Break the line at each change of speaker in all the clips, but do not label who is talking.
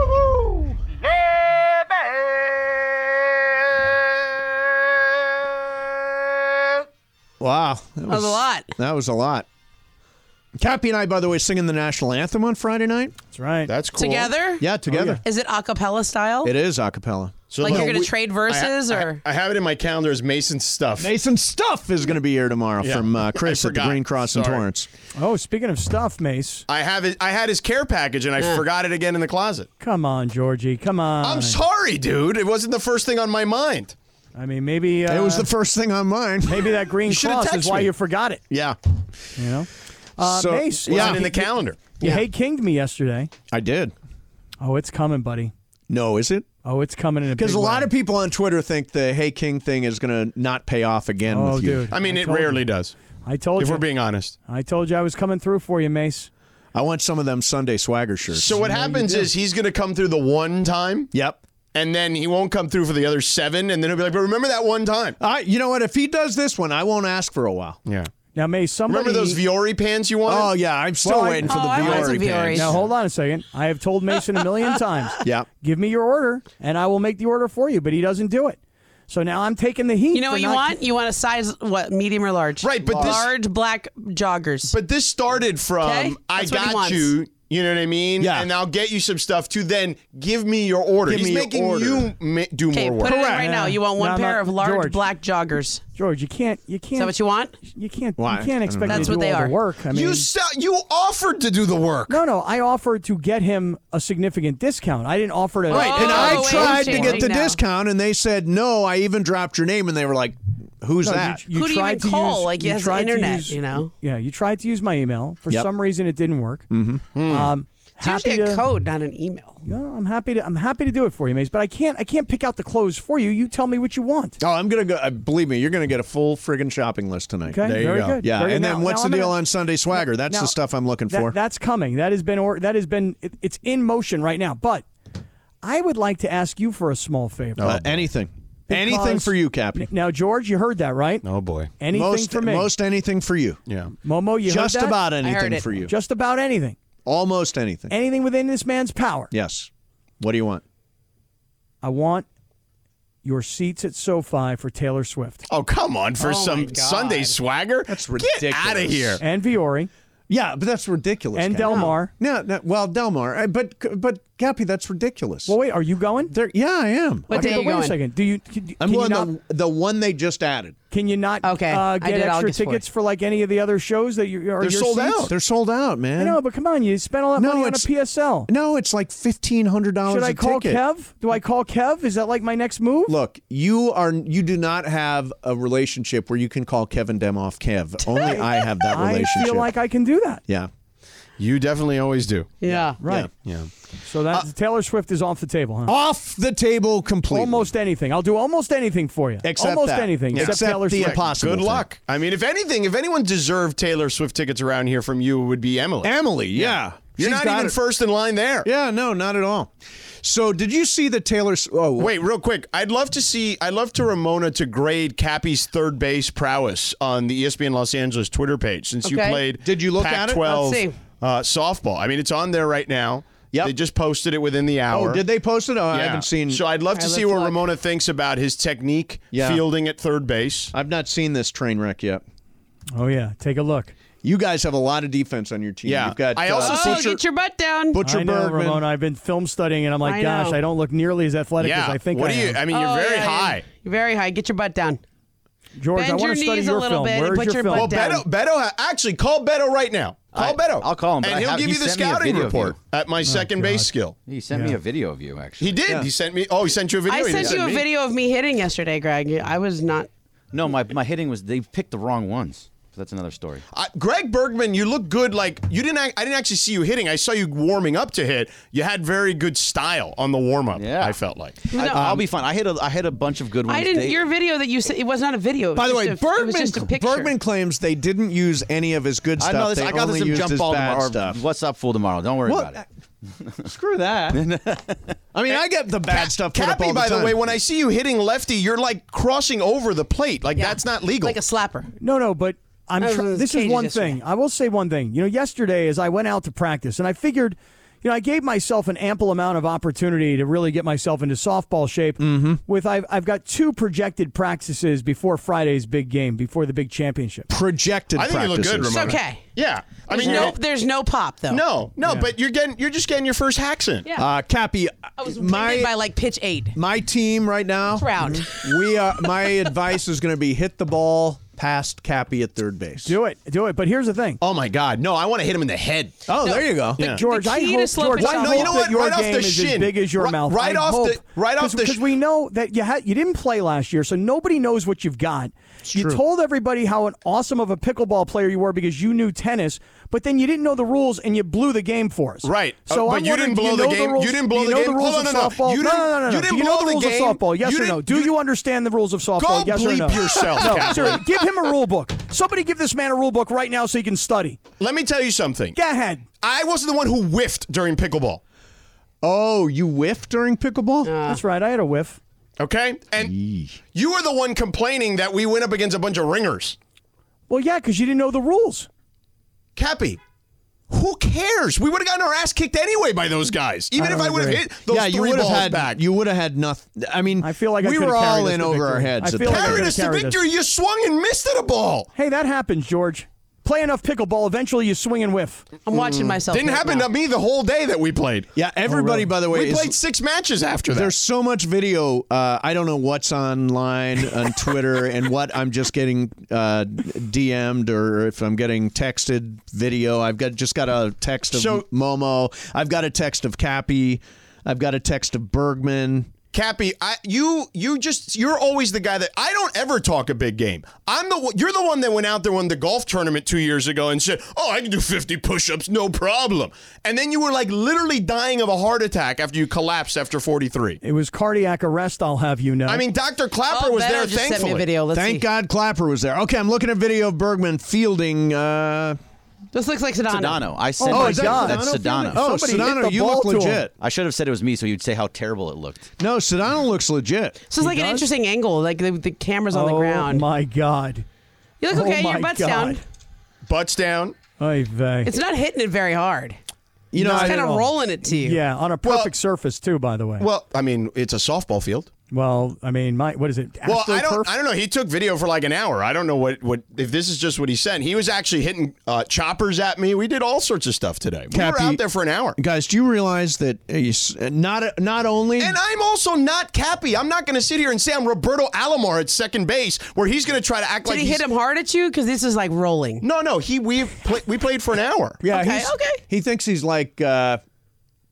Wow. That
was a lot.
That was a lot. Cappy and I, by the way, singing the national anthem on Friday night.
That's right.
That's cool.
Together?
Yeah,
Oh,
together.
Is it a cappella style?
It is a cappella.
So
Like
the-
you're going to
we-
trade
I ha-
verses
I ha-
or?
I, have it in my calendar as Mason's stuff.
Mason Stuff is going to be here tomorrow
Yeah.
from uh,
I
Chris at the
forgot.
Green Cross in
Sorry.
Torrance.
Oh, speaking of stuff, Mace.
I have it. I had his care package and I forgot it again in the closet.
Come on, Georgie. Come on.
I'm sorry, dude. It wasn't the first thing on my mind.
I mean, maybe uh,
it was the first thing on mine.
maybe that green
You should've
cross is
texted
why
me.
you forgot it.
yeah.
You know. Uh,
So-
Mace.
It
Yeah.
wasn't in the calendar.
You hey kinged me yesterday.
I did.
Oh, it's coming, buddy.
No, is it?
Oh, it's coming in a
Because a lot of people on Twitter think the Hey King thing is going to not pay off again
Oh,
with you.
dude.
I mean, it
told
rarely
you.
does.
I told
If
you.
we're being honest.
I told you I was coming through for you, Mace.
I want some of them Sunday swagger shirts.
So what happens is he's going to come through the one time,
yep.
and then he won't come through for the other seven, and then he'll be like, "But remember that one time?
I, you know what? If he does this one, I won't ask for a while.
Yeah.
Now, Mace. Somebody.
Remember those Viore pants you wanted?
Oh yeah, I'm still
Well, I-
waiting for
Oh,
the
I want
Viore
some
pants.
Viores.
Now hold on a second. I have told Mason a million times.
Yeah.
Give me your order, and I will make the order for you. But he doesn't do it. So now I'm taking the heat.
You know
for
what you
not-
want? You want a size, what, medium or large?
Right, but this-
large black joggers.
But this started from
Okay,
I
that's what he
got
wants.
you. You know what I mean?
Yeah.
And I'll get you some stuff to then give me your order.
Give
He's
me your
making
order.
you ma- do
okay,
more
put
work.
it in right now. You want one
No,
pair
no,
of large
George.
black joggers.
George, you can't. You can't.
Is that what you want?
You can't.
Why?
You
I don't
can't expect
know.
me
That's
to
what
do
they
all
are.
the work. I mean,
you sell, you offered to do the work.
no, no. I offered to get him a significant discount. I didn't offer to.
Right, and
Oh,
I
wait,
tried to
wait,
get
wait
the
now.
discount, and they said no. I even dropped your name, and they were like, "Who's
No, you-
that?"
you
Who do you
tried
even
to
call?
use-
Like,
you
he has
tried to
internet,
use-
you know?
Yeah, you tried to use my email. For
Yep.
some reason, it didn't work. Mm-hmm. Um,
Hmm. It's
happy
usually
to-
a code, not an email.
Yeah, I'm happy to. I'm happy to do it for you, Mace. But I can't. I can't pick out the clothes for you. You tell me what you want.
oh, I'm gonna go. Uh, believe me, you're gonna get a full friggin' shopping list tonight.
Okay,
there
very
you go.
good.
Yeah,
Very
and
good.
then
Now-
what's
now
the
I'm
deal
gonna-
on Sunday swagger? That's
now-
the stuff I'm looking
That-
for.
that's coming. That has been or that has been it, it's in motion right now. But I would like to ask you for a small
Oh,
favor.
Uh, anything, anything
Because-
for you, Cappy.
N- Now, George, you heard that right?
Oh boy.
Anything
most,
for me?
most anything for you.
Yeah.
Momo, you
Just
heard that?
about
heard
anything
it.
for you.
Just about anything.
Almost anything.
Anything within this man's power.
yes. What do you want?
I want your seats at SoFi for Taylor Swift
Oh come on for some Sunday swagger. That's Get
ridiculous.
out of here.
and Viore
Yeah, but that's ridiculous.
and
Cappy.
Del Mar.
No, no, well, Delmar, I- but but Cappy, that's ridiculous.
Well, wait, are you going?
there, yeah, I am.
What day
Okay,
are
wait
you going?
a second. Do you can, can
I'm
you
going
not
the, the one they just added.
can you not
Okay,
uh,
I
get
did
extra
August fourth.
tickets for like any of the other shows that you are
They're
your
sold
seats?
out.
They're sold out, man.
I know, but come on, you spent all that
No,
money on a
it's-
PSL.
no, it's like fifteen hundred dollars.
Should I call
ticket.
Kev? Do I call Kev? Is that like my next move?
Look, you are you do not have a relationship where you can call Kevin Demoff Kev. Only I have that
I
relationship.
feel like I can do that.
yeah,
You definitely always do.
Yeah.
Right.
Yeah.
So that Taylor Swift is off the table, huh?
off the table completely.
Almost anything. I'll do almost anything for you.
Except
almost
that.
anything.
Yeah.
Except,
Except
Taylor
the
Swift.
impossible.
Good
thing.
luck. I mean, if anything, if anyone deserved Taylor Swift tickets around here from you, it would be Emily.
Emily. Yeah,
You're
She's
not
got
even
it.
first in line there.
Yeah, no, not at all. So, did you see the Taylor? S- Oh,
Wait, real quick. I'd love to see. I'd love to Ramona to grade Cappy's third base prowess on the E ESPN Los Angeles Twitter page since you
Okay.
played.
Did you look at it?
Pac-12
Let's see.
Uh, softball. I mean, it's on there right now.
Yep.
They just posted it within the hour.
Oh, did they post it? Oh, I
Yeah.
haven't seen.
So I'd love to
All right,
see
let's
what
look.
Ramona thinks about his technique
Yeah.
fielding at third base.
I've not seen this train wreck yet.
Oh yeah, take a look.
You guys have a lot of defense on your team.
Yeah.
You've got
I
uh,
also
Oh,
Butcher-
get your butt down.
Butcher
I know,
Bergman.
Ramona. I've been film studying, and I'm like,
I
gosh,
know.
I don't look nearly as athletic
yeah.
as I think
what
I
do you?
am.
I mean, you're
Oh,
very
yeah, yeah.
high.
You're very high. Get your butt down.
George,
Bend
I
your
want to study
knees a
your
little
film.
bit and
Where's
put
your,
your
film?
butt
Well,
down.
Beto, Beto, ha- actually call Beto right now. Call
I-
Beto.
I'll call him, but
and
I
he'll
have-
give
he
you the
sent me a
scouting
video of
report at
Oh,
my second base skill.
He sent me a video of you, actually.
He did. He sent me. Oh, he sent you a video.
I
He
sent you a
me.
video of me hitting yesterday, Greg. I was not.
No, my, my hitting was they picked the wrong ones. But that's another story.
I, Greg Bergman, you look good. Like you didn't. ac- I didn't actually see you hitting. I saw you warming up to hit. You had very good style on the warm up.
Yeah.
I felt like.
I, I'll be fine. I hit a I hit a bunch of good ones.
I didn't.
They-
Your video that you sent, it was not a video. It
By the
was
way,
just a- it was just a
Bergman,
picture.
Bergman claims they didn't use any of his good
I
stuff.
know this.
They
I got
only
this in
used
jump
his
ball
bad
tomorrow. or
stuff.
What's up, fool? Tomorrow. Don't worry about it.
Screw that. I mean, I get the bad stuff. put up
Cappy,
all
by the,
time.
way, when I see you hitting lefty, you're like crossing over the plate. Like
Yeah.
that's not legal.
Like a slapper.
No, no, but I'm.
I was
Tr-
in
this is
cages
one
yesterday.
thing. I will say one thing. You know, yesterday as I went out to practice, and I figured, you know, I gave myself an ample amount of opportunity to really get myself into softball shape.
Mm-hmm.
With I've I've got two projected practices before Friday's big game, before the big championship.
projected
I think you look
practices.
good,
It's
Ramona.
okay.
Yeah. I
There's
mean,
no,
you're-
there's no pop though.
no, no, but you're getting. You're just getting your first hacks in.
Yeah.
Uh, Cappy,
I was
my
my, by like pitch eight.
my team right now.
Round.
We are. My advice is going to be hit the ball past Cappy at third base.
Do it, do it. But here's the thing.
Oh my God! No, I want to hit him in the head.
Oh, there you go.
Yeah.
George,
The
I
key to
hope,
slow
George,
pitch
I
off-
hope
No, you know
that
what?
your
Right off
game
the
is as
shin.
big as your
Right-
mouth.
right
I
off the-
hope.
right off
Cause,
the sh-
because we know that you had you didn't play last year, so nobody knows what you've got. you told everybody how an awesome of a pickleball player you were because you knew tennis, but then you didn't know the rules and you blew the game for us.
Right.
So
Uh,
I'm
but you didn't
wondering, do
blow the
know
game- you
rules-
didn't
do
blow
you
the
know
game?
The rules
Hold
of
on, no, no.
softball.
You
no,
didn't-
no, no, no.
you
no.
didn't
do you know
blow
the
the
rules
game.
of softball? Yes
You
or no?
didn't-
Do
you-
you understand the rules of softball?
Go
yes or no?
bleep yourself,
no,
Captain.
seriously, give him a rule book. Somebody give this man a rule book right now so he can study.
Let me tell you something.
Go ahead.
I wasn't the one who whiffed during pickleball.
Oh, you whiffed during pickleball?
That's right. I had a whiff.
Okay, and you were the one complaining that we went up against a bunch of ringers.
Well, yeah, because you didn't know the rules.
Cappy, who cares? We would have gotten our ass kicked anyway by those guys. Even if I would have hit those
yeah, you
three
would have
balls
had
back.
you would have had nothing. I mean,
I feel like I
we
could've
were all
carried us
in
to
over our
victory.
heads.
I
at
feel
that
like I
point.
carried
could've
us to
carried us.
victory. You swung and missed at a ball.
Hey, that happens, George. Play enough pickleball, eventually you swing and whiff.
I'm watching myself.
Didn't
right
happen
now. Oh,
to me the whole day that we played.
yeah, everybody. By the way,
we
is-
played six matches after that.
There's so much video. Uh, I don't know what's online on Twitter and what I'm just getting uh, DM'd or if I'm getting texted video. I've got just got a text of
So-
Momo. I've got a text of Cappy. I've got a text of Bergman.
Cappy, I, you you just you're always the guy that I don't ever talk a big game. I'm the one- you're the one that went out there won the golf tournament two years ago and said, "Oh, I can do 50 push-ups, no problem." And then you were like literally dying of a heart attack after you collapsed after 43.
It was cardiac arrest, I'll have you know.
I mean, Dr. Clapper
Oh,
was
Beto
there.
just
Thankfully,
sent me a video. Let's
Thank
see.
God Clapper was there. Okay, I'm looking at video of Bergman fielding. Uh,
This looks like Sedano. Oh,
Sedano. I
Oh,
sent.
my
it.
God.
That's Sedano.
oh,
Somebody hit
Sedano,
the
you look
ball to him.
legit.
I should have said it was me, so you'd say how terrible it looked.
No, Sedano looks legit.
This is like an interesting angle. Like the, the camera's on the
oh
ground.
my God.
You look
oh
okay.
my
Your butt's
God.
down.
butts down.
Oy vey.
It's not hitting it very hard.
You know,
It's
I-
kind
at
of
all.
rolling it to you.
Yeah, on a perfect surface too, by the way. Well,
Well, I mean, it's a softball field.
I mean, my what is it?
Well, I don't
AstroTurf?
I don't know. He took video for like an hour. I don't know what what if this is just what he sent. He was actually hitting uh, choppers at me. We did all sorts of stuff today. We
Cappy-
were out there for an hour.
guys, do you realize that uh, you s- not not only
And I'm also not Cappy. I'm not going to sit here and say I'm Roberto Alomar at second base, where he's going to try to act
Did
like
he
he's-
hit him hard at you? Because this is like rolling.
No, no. He we play, we played for an hour.
Yeah,
Okay,
he's-
okay.
He thinks he's like uh,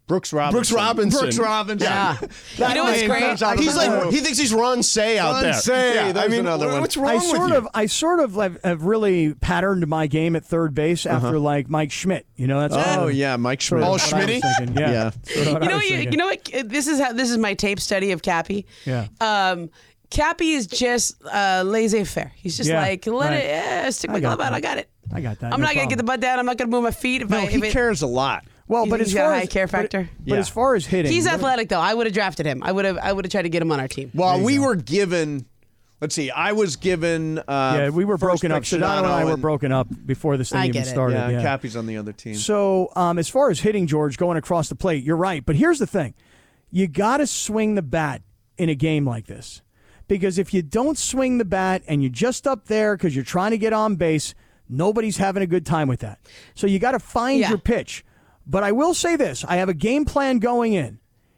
Brooks Robinson.
Brooks Robinson.
Brooks Robinson.
Yeah.
That
you know what's
name
great?
comes out of
He's
the blue.
like he thinks he's Ron Say out
Ron
there.
Say,
Yeah, I
there's
mean,
another one.
what's wrong
I
with
sort
you?
of, I sort of have, have really patterned my game at third base after like Mike Schmidt. You know, that's
Uh-huh. Oh yeah, Mike Schmidt.
Oh,
What I was
Schmitty?
thinking, Yeah.
Yeah.
Sort of what I
You know
was
what? You,
thinking.
you know what? uh, This is how. This is my tape study of Cappy.
Yeah.
Um, Cappy is just uh, laissez faire. He's just
Yeah,
like, let
right.
it eh, stick
I
my
got
glove out.
that.
I got it.
I got that,
I'm
no
not gonna
problem.
get the butt down. I'm not gonna move my feet. If I,
No,
if
he
it-
cares a lot.
well,
You
but
think
as
he's got a
far
high
as
care
but-
factor?
But,
Yeah.
as far as hitting,
He's
what-
athletic though. I would have drafted him. I would have. I would have tried to get him on our team.
Well, we were given. Let's see. I was given. Uh,
Yeah, we were
first
broken up.
pick
Sedano and I were
and-
broken up before this thing
I
even
get it.
started.
Yeah,
yeah.
Cappy's on the other team.
So, um, as far as hitting George going across the plate, you're right. But here's the thing you got to swing the bat in a game like this. Because if you don't swing the bat and you're just up there because you're trying to get on base, nobody's having a good time with that. So, you got to find
Yeah.
your pitch. But I will say this I have a game plan going in,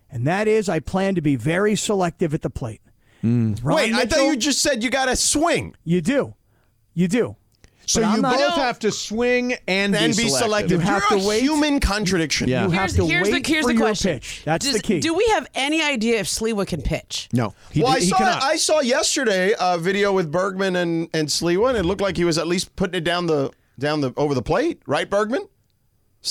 and that is I plan to be very selective at the plate. Ron
Wait, I thought
Mitchell,
you just said you got to swing.
you do, you do.
So
But I'm
you
not-
both have to swing and,
And be selective.
You have
You're
to
a
wait.
human contradiction.
Yeah.
You have to wait for your pitch. That's
Does-
the key.
Do we have any idea if Sliwa can pitch?
No, he,
well,
did-
I
he
saw
cannot.
I saw yesterday a video with Bergman and and Sliwa, and it looked like he was at least putting it down the down the over the plate, right, Bergman?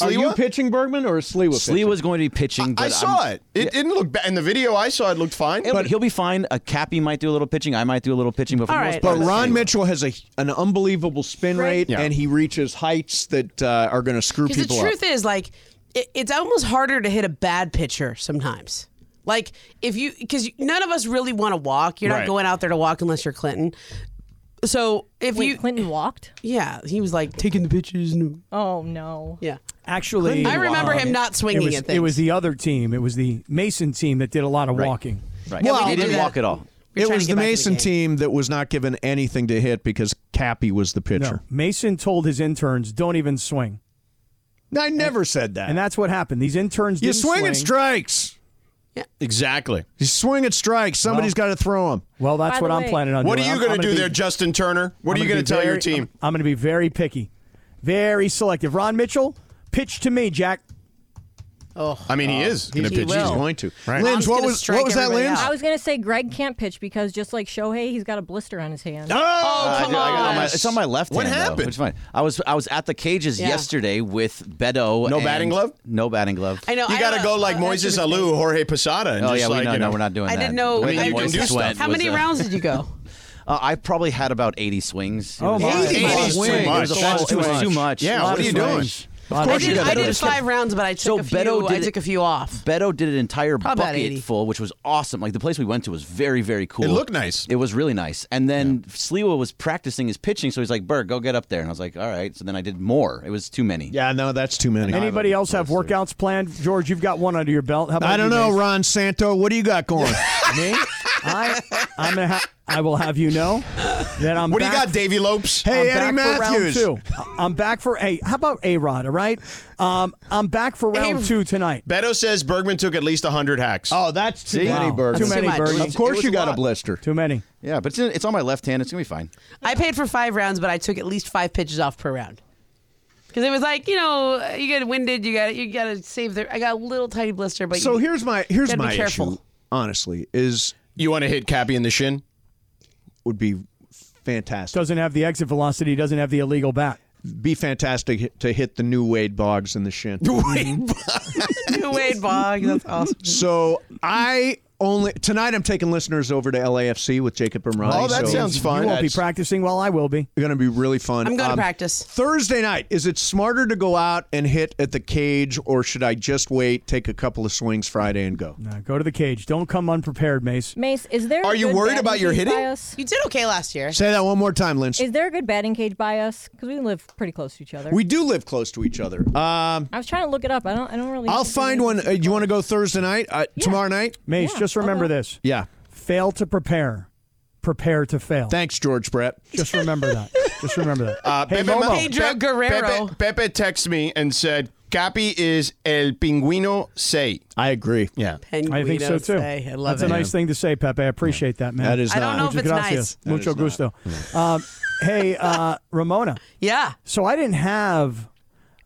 Are you
Sliwa?
pitching Bergman or is Sliwa? pitching?
Slee was going to be pitching. But
I saw
I'm-
it. It didn't look bad in the video. I saw it looked fine.
He'll, he'll be fine. A Cappy might do a little pitching. I might do a little pitching. But for
All
the most
right.
part,
But
it's
Ron
Sliwa.
Mitchell has a an unbelievable spin rate,
Yeah.
and he reaches heights that uh, are going to screw
Because the
people
truth
up.
is, like, it, it's almost harder to hit a bad pitcher sometimes. Like, if you, because none of us really want to walk. You're
Right.
not going out there to walk unless you're Clinton. So if
Wait,
you,
Clinton walked?
yeah, he was like taking the pitches. No.
Oh no.
Yeah.
Actually,
I remember
um,
him not swinging
it was,
at
It
things.
was the other team. It was the Mason team that did a lot of walking.
Right.
Yeah, we
Well,
did
he
do
didn't
that.
walk at all.
We're
it
trying to
was
get
the
back to
Mason
game.
team that was not given anything to hit because Cappy was the
No,
pitcher.
Mason told his interns, "Don't even swing,"
I never said that.
and that's what happened. These interns
you
didn't
swing
swing
at strikes.
exactly.
You swing at strikes. Somebody's got to throw him.
Well, that's
By
what
the
I'm
way-
planning on
What are
doing.
you
I'm- I'm
going to do
be-
there, Justin Turner? What
I'm
are you
gonna
going
be
to tell your
very-
team?
I'm, going to be very picky, very selective. Ron Mitchell, pitch to me, Jack. uh,
I mean, he is going to
he
pitch.
will.
He's going to.
Right.
Linz,
Mom's
what
gonna
was
strike
what was that,
everybody
Linz?
out.
I was gonna say Greg can't pitch because just like Shohei, he's got a blister on his hand.
Oh,
Uh, I
come
do- I got it on my-
on.
it's on my left
What
hand. though,
happened?
which is fine. I was I was at the cages
Yeah.
yesterday with Beto.
No
and-
batting glove?
No batting glove.
I know.
you
I
got to
don't
go
know.
like
Oh, that's
Moises
a mistake.
Alou, Jorge Posada, and
Oh
just
yeah, we
like
know,
you know,
no, we're not doing
I
that.
didn't know.
The way
I
that
mean, you
Moises
can do
went
How
was
many
a-
rounds did you go?
Uh, I probably had about 80 swings. It
Oh,
was-
my
80 is
God.
too
It was, a
much.
lot-
That's
it was
too
too
much.
much.
Yeah,
A lot
what are
of
you doing?
swings. Of
I
course
did,
you
I
got
did five rounds, but I took
So
a few.
Beto
I
did-
took a few off.
Beto did an entire
Probably about 80.
bucket full, which was awesome. Like the place we went to was very, very cool.
It looked nice.
It was really nice. And then Sliwa was practicing his pitching, so he's like, "Berg, go get up there." And I was like, "All right." So then I did more. It was too many.
Yeah, no, that's too many.
Anybody else have workouts planned? George, you've got one under your belt. How about
I don't
you,
know,
Mason?
Ron Santo. What do you got going?
Me? I, I'm gonna ha- I will have you know that I'm.
What do you
back-
got, Davy Lopes?
Hey, Eddie
I'm back
Matthews.
For round two. I- I'm back for a. How about a Rod? All right. Um, I'm back for round
A-
two tonight.
Beto says Bergman took at least 100 hacks.
Oh, that's too
Wow.
many birds.
Too many
much.
birds.
It
Of course,
was
you
a
got a
lot.
blister.
Too many.
Yeah, but it's, in, it's on my left hand. It's gonna be fine.
I paid for five rounds, but I took at least five pitches off per round. Because it was like you know you get winded, you got you got to save the. I got a little tiny blister, but
So
you,
here's my here's
Gotta be
my issue.
careful.
Honestly, is
You want to hit Cappy in the shin?
would be fantastic.
Doesn't have the exit velocity. Doesn't have the illegal bat.
Be fantastic to hit the new Wade Boggs in the shin.
Wade Boggs, that's awesome.
So I only tonight I'm taking listeners over to LAFC with Jacob and Ronnie.
Oh, that
so
sounds fun.
You won't be
That's-
practicing while I will be.
going to be really fun. Um,
I'm gonna practice.
Thursday night. Is it smarter to go out and hit at the cage, or should I just wait, take a couple of swings Friday, and go?
No, go to the cage. Don't come unprepared, Mace.
Mace, is there?
Are
a
you
good
worried about
batting
your
cage
hitting?
by us?
You did okay last year.
Say that one more time, Lynch.
Is there a good batting cage by us? Because we live pretty close to each other.
We do live close to each other. Um,
I was trying to look it up. I don't. I don't really.
I'll find one. Uh, you want to go Thursday night? Uh, Tomorrow night?
Mace,
Yeah,
just remember
okay.
this:
Yeah.
fail to prepare, prepare to fail.
Thanks, George Brett.
just remember that. Just remember that.
Uh,
hey,
Pepe,
Momo.
Pedro Guerrero.
Pepe, Pepe texted me and said, Cappy is el pingüino say.
I agree.
Yeah.
I think so
Penguinos,
too.
hey, I love
That's
it.
a nice thing to say, Pepe. I appreciate that, man.
That is
I
not.
don't know
Muchas
if it's
gracias.
nice.
Mucho gusto. Um, hey, uh, Ramona.
Yeah.
So I didn't have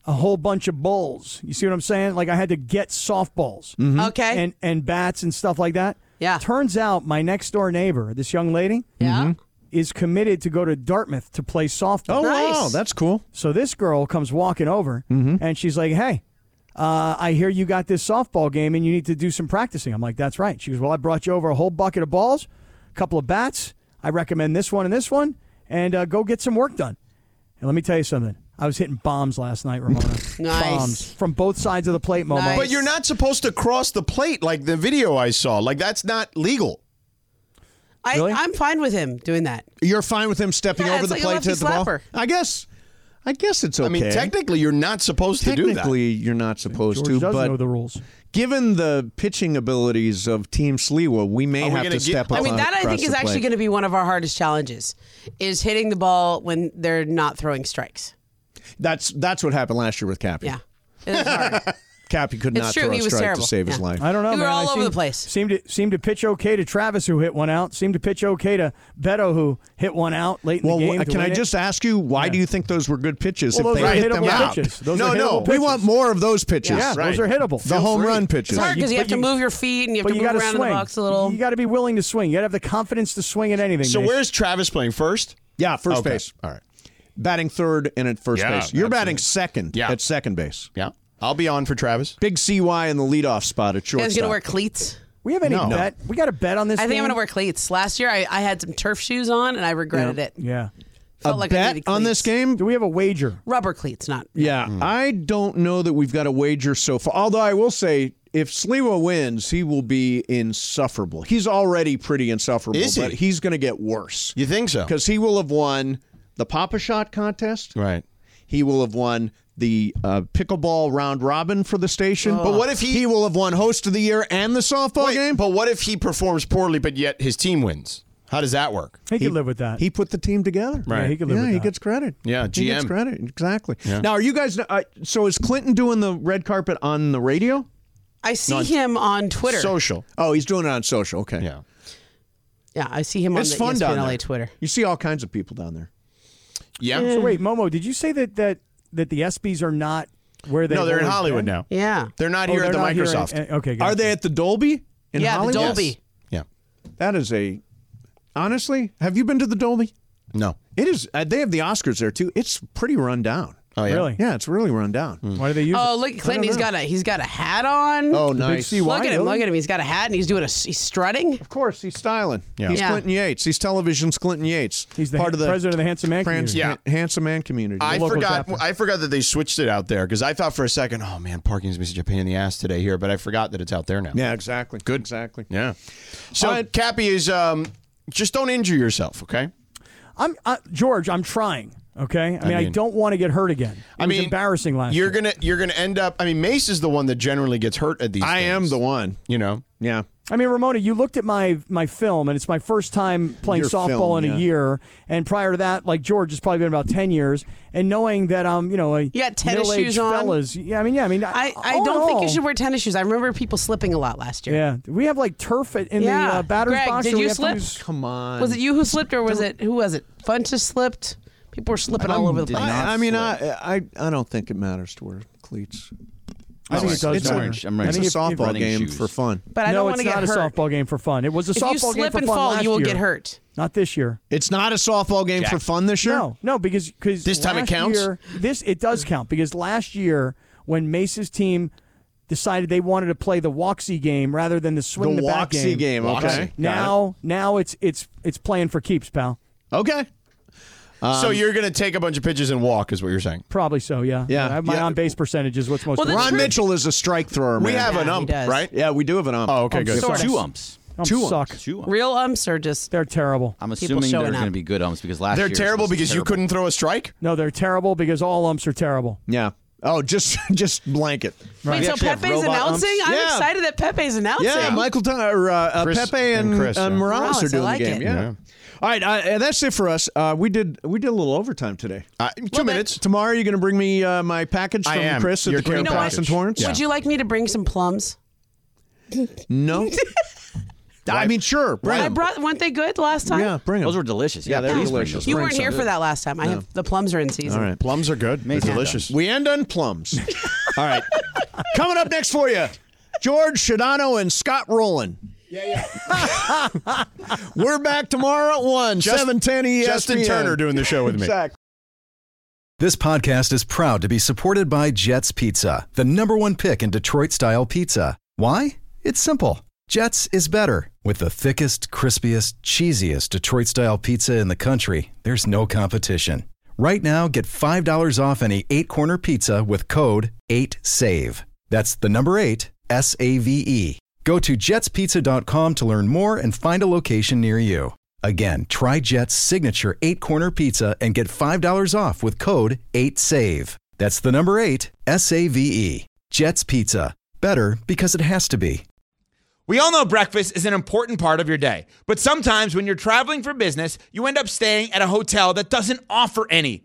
a whole bunch of bowls. You see what I'm saying? Like I had to get softballs
Mm-hmm.
Okay.
and and bats and stuff like that.
Yeah.
Turns out my next door neighbor, this young lady,
yeah.
is committed to go to Dartmouth to play softball.
Mm-hmm. Oh
Nice.
wow, that's cool. Mm-hmm.
So this girl comes walking over and she's like, Hey, uh, I hear you got this softball game and you need to do some practicing. I'm like, That's right. She goes, Well, I brought you over a whole bucket of balls, a couple of bats. I recommend this one and this one, and uh, go get some work done. And let me tell you something. I was hitting bombs last night, Ramona. Bombs from both sides of the plate, Momo.
Nice.
But you're not supposed to cross the plate like the video I saw. Like, that's not legal.
I,
Really?
I'm fine with him doing that.
You're fine with him stepping
Yeah,
over
it's
the
like a
plate to hit the
lefty
ball.
slapper.
I guess. I guess it's okay.
I mean, technically, you're not supposed to do that.
technically you're not supposed
George
to,
does know
but
the rules.
given the pitching abilities of Team Sliwa, we may
Are we
have
gonna
to
get-
step up.
I mean,
on-
that I
across
think is
the
actually
plate.
going to be one of our hardest challenges is hitting the ball when they're not throwing strikes.
That's that's what happened last year with Cappy.
Yeah. It was hard.
Cappy could
It's
not
true,
throw
he
a
was
strike
terrible.
to save his
Yeah.
life.
I don't know.
We were
man.
all
I
over the
seemed-
place.
Seemed to seemed to pitch okay to Travis, who hit one out. Seemed to pitch okay to Beto, who hit one out late in
Well,
the game.
wh-
to
can I
win it.
just ask you why do you think those were good pitches
Well,
if
those
they
are
hit
hittable
them out?
pitches. Those
no,
are
no,
hittable
we
pitches.
want more of those pitches.
Yeah, those are hittable.
The home run pitches.
It's
you-
hard because you, have
but
to
you-
move your feet and you have
but
to
you
move
gotta
around in
swing.
the box a little.
You got to be willing to swing. You got to have the confidence to swing at anything.
So
Mace.
where's Travis playing first?
Yeah, first
Okay.
base. All right. Batting third and at first
Yeah,
base. You're batting
absolutely.
second
Yeah.
at second base.
Yeah, I'll be on for Travis.
Big CY in the leadoff spot at
You
shortstop.
guys gonna wear cleats?
we have any
No.
bet? We got a bet on this.
I think
game?
I'm gonna wear cleats. Last year I, I had some turf shoes on and I regretted it.
Yeah.
Felt
a
like I
bet
needed
on
cleats.
this game?
Do we have a wager?
Rubber cleats, not
Yeah,
Hmm.
I don't know that we've got a wager so far. Although I will say, if Sliwa wins, he will be insufferable. He's already pretty insufferable,
Is he?
but he's going to get worse
You think so?
because he will have won the Papa Shot contest.
Right.
He will have won the uh, pickleball round robin for the station.
But what if he-
he will have won host of the year and the softball
Wait,
game?
But what if he performs poorly, but yet his team wins? How does that work?
He, could live with that.
He put the team together.
Yeah,
Right.
he could live
yeah,
with
he
that.
gets credit.
Yeah,
He gets
GM.
credit. Exactly. Now, are you guys? Uh, so, is Clinton doing the red carpet on the radio?
I see him on Twitter.
Social.
Oh, he's doing it on social. Okay.
Yeah.
yeah, I see him
It's
on
fun
the E
down
ESPN LA
there.
Twitter.
You see all kinds of people down there.
Yeah.
So wait, Momo, did you say that that that the ESPYS are not where they?
No, they're in
always
Hollywood
been?
now.
Yeah.
They're not
Oh,
here
they're
at the
not here
Microsoft.
in- uh, okay,
Are
gotcha.
they at the Dolby in
yeah,
Hollywood?
the Dolby.
yeah.
That is a. Honestly, have you been to the Dolby?
No.
It is. Uh, they have the Oscars there too. It's pretty run down.
Oh yeah.
Really?
Yeah, it's really run down.
Why do they use?
Oh,
it?
look, Clinton. He's
know.
got a he's got a hat on.
Oh,
The big
nice.
CY,
look at him!
really?
Look at him. He's got a hat and he's doing a he's strutting.
Of course, he's styling.
Yeah.
He's
Yeah.
Clinton Yates. He's television's Clinton Yates.
He's the
part of the
president of the handsome man.
Trans-
community.
Yeah.
handsome man community.
I
local
forgot.
chapter.
I forgot that they switched it out there because I thought for a second, oh man, parking's been such a pain in the ass today here, but I forgot that it's out there now.
yeah, exactly. Good, exactly.
Yeah. So
All right.
Cappy is um, just don't injure yourself, okay?
I'm uh, George. I'm trying. Okay. I mean, I,
mean-
don't want to get hurt again. It
I
was
mean,
embarrassing last
You're
year.
gonna you're gonna end up. I mean, Mace is the one that generally gets hurt at these.
I am
things,
the one.
You know.
Yeah.
I mean, Ramona, you looked at my my film, and it's my first time playing
Your
softball
film,
in
yeah.
a year. And prior to that, like George, it's probably been about ten years. And knowing that I'm, you know, a
got tennis
middle-aged
shoes on.
fellas. Yeah, I mean, yeah, I mean,
I, I
all in
don't think
all-
you should wear tennis shoes. I remember people slipping a lot last year.
Yeah, we have like turf at- in
Yeah.
the uh, batter's
Greg,
box.
did
or we
you
have to
slip?
use-
Come on.
Was it you who slipped or was it who was it? Funches slipped. People were slipping all over the
did
place.
not.
I, I mean, I, I I don't think it matters to wear cleats.
I think it does
it's
matter.
orange. I'm right.
I
It's a
think if- if-
softball
running
game
shoes.
for fun.
But I
no,
don't want
it's
to get
not
hurt.
a softball game for fun. It was a
if
softball
you
game
slip
for
and
fun
fall,
last
you will get
year.
hurt.
Not this year.
It's not a softball game for fun this year.
No, no, because because
This time it
last
counts?
Year, this it does count because last year when Mace's team decided they wanted to play the Woxie game rather than the swing
The
the bat
Woxie game.
Woxie.
Okay.
Now, now it's it's it's playing for keeps, pal.
Okay. Um,
so you're gonna take a bunch of pitches and walk, is what you're saying.
Probably so. Yeah.
Yeah,
I have my
yeah.
on base percentage is what's most.
Well, then-
important.
Ron
true.
Mitchell is a strike thrower.
We
man.
have an
Yeah, he
ump,
does.
right?
Yeah, we do have an ump.
Oh, okay, good.
Sort of.
Two umps.
Umps
two
suck.
Two umps.
Real umps are just
They're terrible.
I'm
People
assuming they're
showing up.
going to be good umps because last
They're
year
terrible because you couldn't throw a strike.
No, they're terrible because all umps are terrible.
Yeah. Oh, just just blanket.
We
Wait, so
actually have
Pepe's
robot
announcing?
umps.
I'm
Yeah.
excited that Pepe's announcing.
Yeah, Michael T- or uh, uh,
Chris
Pepe and,
and Chris,
and
yeah.
Morales
Morales,
are doing
I like
the game.
it.
Yeah.
Yeah.
All right, uh, and that's it for us. Uh, we did we did a little overtime today.
Uh, two minutes.
Tomorrow, you're going to bring me uh, my package
I
from
am.
Chris at
Your
the Green
care
Cross in
package.
Torrance.
Yeah.
Would you like me to bring some plums?
No, I mean sure. Bring
I
them.
brought. weren't they good last time?
yeah, bring them.
Those were delicious. Yeah,
Yeah, they're
please bring
delicious.
those.
You
Bring
weren't here
some.
for that last time. I have the plums are in season.
All right.
Plums are good. They're delicious.
We end on plums. All right. Coming up next for you, George Shadano and Scott Rowland. Yeah, yeah. We're back tomorrow at 1, 710 ESPN.
Justin Turner doing the show with me.
Exactly.
This podcast is proud to be supported by Jets Pizza, the number one pick in Detroit style pizza. Why? It's simple. Jets is better. With the thickest, crispiest, cheesiest Detroit style pizza in the country, there's no competition. Right now, get $5 off any eight corner pizza with code 8SAVE. That's the number eight, S A V E. Go to jetspizza.com to learn more and find a location near you. Again, try Jet's signature eight corner pizza and get $5 off with code 8SAVE. That's the number eight, S A V E. Jet's Pizza. Better because it has to be.
We all know breakfast is an important part of your day, but sometimes when you're traveling for business, you end up staying at a hotel that doesn't offer any.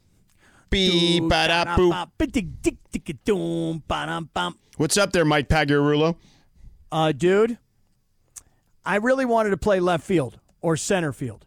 Beep, ba da boop.
boop.
What's up there, Mike Pagliarulo?
Uh, dude, I really wanted to play left field or center field,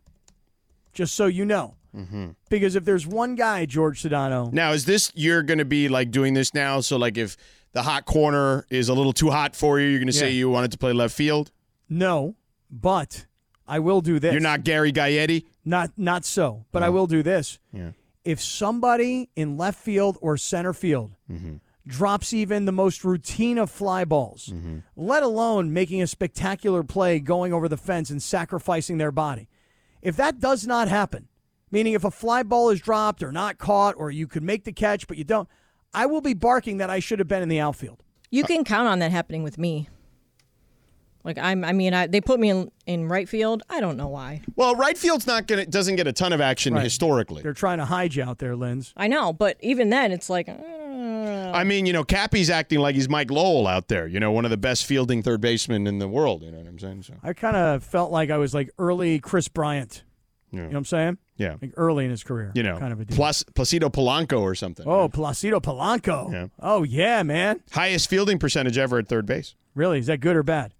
just so you know.
Mm-hmm.
Because if there's one guy, George Sedano,
Now, is this you're going to be like doing this now? So, like, if the hot corner is a little too hot for you, you're going to say you wanted to play left field.
no, but I will do this.
You're not Gary Gaetti. Oh.
Not not so, but I will do this.
Yeah.
If somebody in left field or center field
Mm-hmm.
drops even the most routine of fly balls,
Mm-hmm.
let alone making a spectacular play going over the fence and sacrificing their body. If that does not happen, meaning if a fly ball is dropped or not caught or you could make the catch but you don't, I will be barking that I should have been in the outfield.
You can count on that happening with me. Like I'm, I mean, I, they put me in, in right field. I don't know why.
Well, right field's not going to doesn't get a ton of action historically.
They're trying to hide you out there, Linz.
I know, but even then, it's like, uh,
I mean, you know, Cappy's acting like he's Mike Lowell out there. You know, one of the best fielding third basemen in the world. You know what I'm saying? So,
I kind of felt like I was like early Chris Bryant.
Yeah.
You know what I'm saying?
yeah,
Like early in his career.
you know,
kind of a deal.
Plas- Placido Polanco or something.
oh, Placido Polanco.
Yeah.
Oh yeah, man.
Highest fielding percentage ever at third base.
Really? Is that good or bad?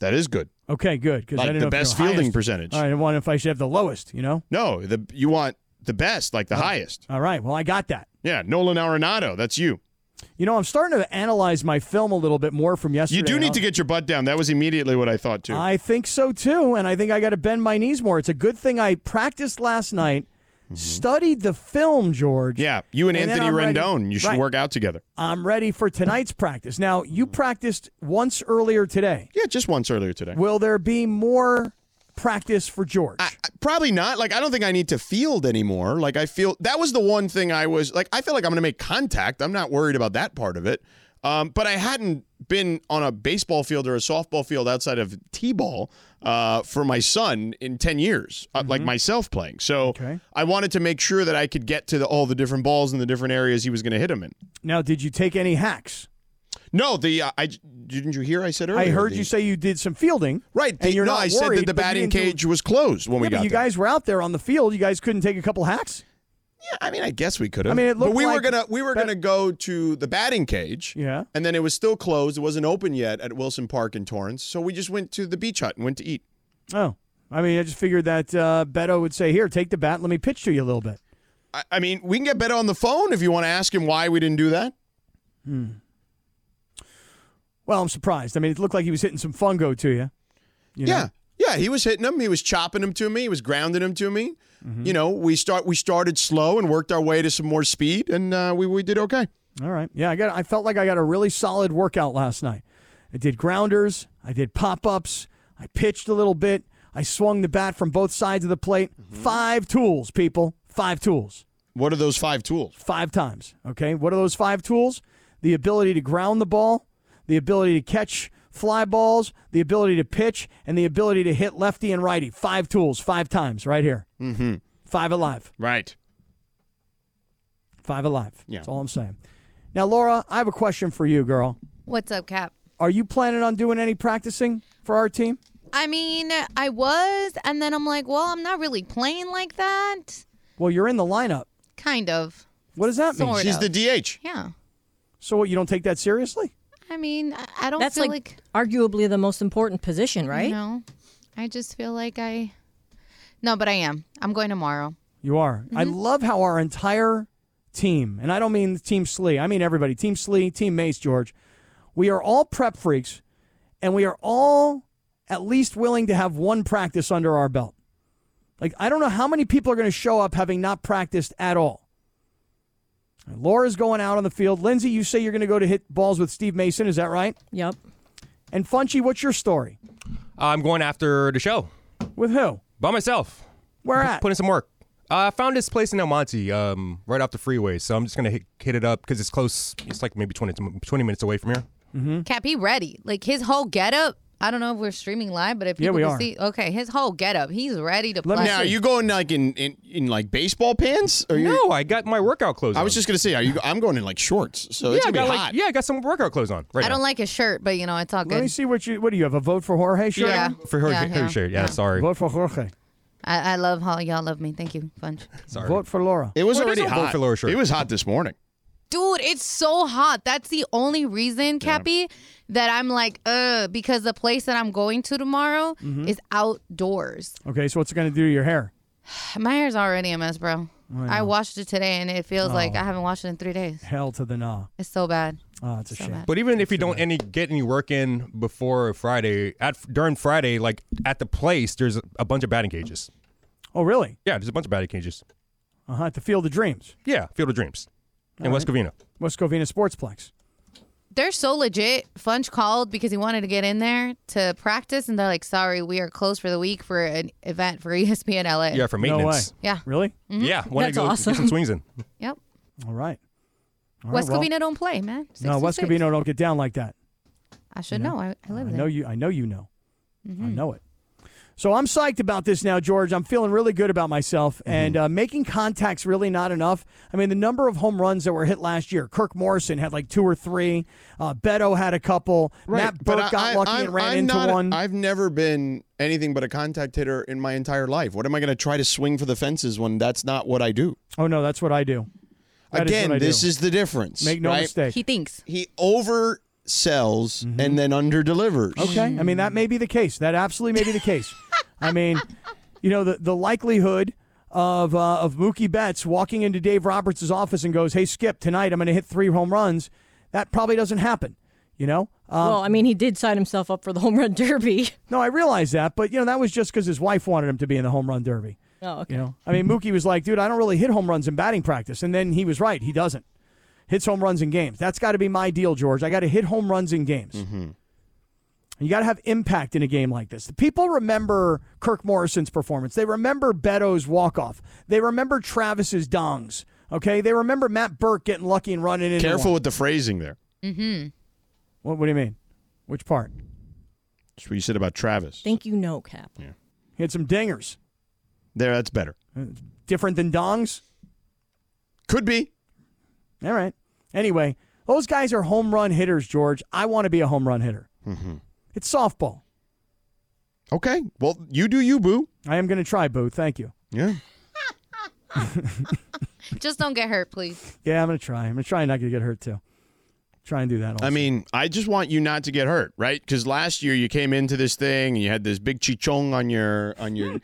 That is good.
Okay, good. Because I
Like
didn't
the
know if
best
you were
fielding
highest.
percentage.
All right, I wonder if I should have the lowest. You know?
No, the you want the best, like the highest.
All right. Well, I got that.
Yeah, Nolan Arenado, that's you.
You know, I'm starting to analyze my film a little bit more from yesterday.
You do need to get your butt down. That was immediately what I thought too.
I think so too, and I think I got to bend my knees more. It's a good thing I practiced last night, studied the film, George.
Mm-hmm. yeah, you and,
And then
Anthony
I'm ready-
Rendon, you should
right.
work out together.
I'm ready for tonight's practice. Now, you practiced once earlier today.
Yeah, just once earlier today.
Will there be more practice for George?
I- I- probably not. Like I don't think I need to field anymore. Like I feel that was the one thing I was like I feel like I'm going to make contact. I'm not worried about that part of it. Um, but I hadn't been on a baseball field or a softball field outside of t-ball uh, for my son in 10 years uh, like myself playing so
Mm-hmm. Okay.
i wanted to make sure that i could get to the, all the different balls and the different areas he was going to hit them in
now, did you take any hacks?
no the uh, i didn't you hear i said earlier
I heard
the-
you say you did some fielding.
right the,
and you're
no
not
i said
worried,
that the
but you
batting
didn't do-
cage was closed when
yeah,
we
but
got
you
there.
guys were out there on the field. You guys couldn't take a couple hacks.
Yeah, I mean, I guess we could have.
I mean, it
but
looked
we were
like-
gonna we were
that-
gonna go to the batting cage.
Yeah.
and then it was still closed. It wasn't open yet at Wilson Park in Torrance, so we just went to the beach hut and went to eat.
Oh, I mean, I just figured that uh, Beto would say, "Here, take the bat. Let me pitch to you a little bit."
I, I mean, we can get better on the phone if you want to ask him why we didn't do that.
Hmm. Well, I'm surprised. I mean, it looked like he was hitting some fungo to you. you know?
yeah, yeah, he was hitting him. He was chopping him to me. He was grounding him to me.
Mm-hmm.
You know, we start we started slow and worked our way to some more speed, and uh, we we did okay.
All right. Yeah, I got. I felt like I got a really solid workout last night. I did grounders. I did pop ups. I pitched a little bit. I swung the bat from both sides of the plate. Five tools, people. Five tools.
Mm-hmm. What are those five tools?
Five times. Okay. What are those five tools? The ability to ground the ball, the ability to catch fly balls, the ability to pitch, and the ability to hit lefty and righty. Five tools, five times right here. Mm-hmm. Five alive.
Right.
Five alive.
Yeah.
That's all I'm saying. Now, Laura, I have a question for you, girl.
What's up, Cap?
Are you planning on doing any practicing for our team?
I mean, I was, and then I'm like, well, I'm not really playing like that.
Well, you're in the lineup.
Kind of.
What does that mean?
Sort
She's
of.
the DH.
Yeah.
So, what, you don't take that seriously?
I mean, I- I don't
that's
feel
like,
like,
arguably the most important position,
you
right?
know, I just feel like I. No, but I am. I'm going tomorrow.
You are. I
Mm-hmm.
love how our entire team, and I don't mean Team Slee, I mean everybody, Team Slee, Team Mace, George, we are all prep freaks and we are all at least willing to have one practice under our belt. Like, I don't know how many people are going to show up having not practiced at all. And Laura's going out on the field. Lindsay, you say you're going to go to hit balls with Steve Mason. Is that right?
Yep.
And Funchy, what's your story?
I'm going after the show
With who?
by myself.
Where at?
Putting some work. Uh, I found this place in El Monte, um, right off the freeway. So I'm just gonna hit, hit it up because it's close. It's like maybe 20, to- 20 minutes away from here. Mm-hmm.
Cap, he ready. Like his whole getup. I don't know if we're streaming live, but if
Yeah,
people
we
can
are.
see, okay, his whole getup, he's ready to play.
now, are you going like in, in, in like baseball pants? Or
no, I got my workout clothes.
I was just gonna say, are you? I'm going in like shorts, so
yeah,
it's
I
gonna
got
be
like-
hot.
yeah, I got some workout clothes on right
I
now.
don't like his shirt, but you know it's all good.
Let me see what you. What do you have? A vote for Jorge shirt?
Yeah.
for her,
Yeah,
her
yeah,
shirt. Yeah, sorry.
Vote for Jorge.
I, I love how y'all love me. Thank you, bunch.
Sorry.
Vote for Laura.
It was
Well,
already
there's no
hot.
vote for
Laura It was hot this morning.
Dude, it's so hot. That's the only reason, Cappy, that I'm like, uh, because the place that I'm going to tomorrow
Mhm.
is outdoors.
Okay, so what's it going to do to your hair?
My hair's already a mess, bro.
I
I
know.
washed it today and it feels like
Oh.
I haven't washed it in three days.
Hell to the nah.
It's so bad.
Oh, it's a shame.
But even if you don't any get any work in before Friday, at during Friday, like at the place, there's a bunch of batting cages.
Oh, really?
Yeah, there's a bunch of batting cages.
Uh huh. At the Field of Dreams
Yeah, Field of Dreams in
All
West
right.
Covina.
West Covina Sportsplex.
They're so legit. Funch called because he wanted to get in there to practice and they're like, sorry, we are closed for the week for an event for E ESPN LA.
Yeah, for maintenance.
Yeah.
Really?
Mhm.
Yeah,
That's
wanted to go
awesome.
get some swings in.
Yep.
All right. All right,
West
well-
Covina don't play, man. Six
No,
and
West
six.
Covina don't get down like that.
I should know. I, I live
I
there.
know you. I know you know. I
Mhm.
know it. So I'm psyched about this now, George. I'm feeling really good about myself,
Mm-hmm.
and uh, making contacts really not enough. I mean, the number of home runs that were hit last year. Kirk Morrison had like two or three. Uh, Beto had a couple. Matt Burke got lucky
I'm-
and ran
I'm
into
not-
one.
I've never been anything but a contact hitter in my entire life. What am I going to try to swing for the fences when that's not what I do?
oh no, that's what I do. That is
Again,
what I
this
do.
is the difference.
Make no
right?
mistake. Mm-hmm.
He thinks.
He oversells and then underdelivers.
Okay. I mean, that may be the case. That absolutely may be the case. I mean, you know, the, the likelihood of uh, of Mookie Betts walking into Dave Roberts' office and goes, hey, Skip, tonight I'm going to hit three home runs, that probably doesn't happen, you know? Um,
well, I mean, he did sign himself up for the home run derby.
no, I realize that, but, you know, that was just because his wife wanted him to be in the home run derby.
Oh, okay.
You know, I mean, Mookie was like, dude, I don't really hit home runs in batting practice. And then he was right. He doesn't. Hits home runs in games. That's got to be my deal, George. I got to hit home runs in games.
Mm-hmm.
And You got to have impact in a game like this. The people remember Kirk Morrison's performance. They remember Beto's walk off. They remember Travis's dongs. Okay. They remember Matt Burke getting lucky and running in.
Careful with the phrasing there.
Mm-hmm.
What, what do you mean? Which part?
That's what you said about Travis.
Think you know, Cap.
He had some dingers.
There, that's better.
Different than dongs?
Could be.
All right. Anyway, those guys are home run hitters, George. I want to be a home run hitter.
Mm-hmm.
It's softball.
Okay. Well, you do you, Boo.
I am going to try, Boo. Thank you.
Yeah.
Just don't get hurt, please.
Yeah, I'm going to try. I'm going to try not to get hurt, too. Try and do that. Also.
I mean, I just want you not to get hurt, right? Because last year you came into this thing and you had this big chichong on your on your.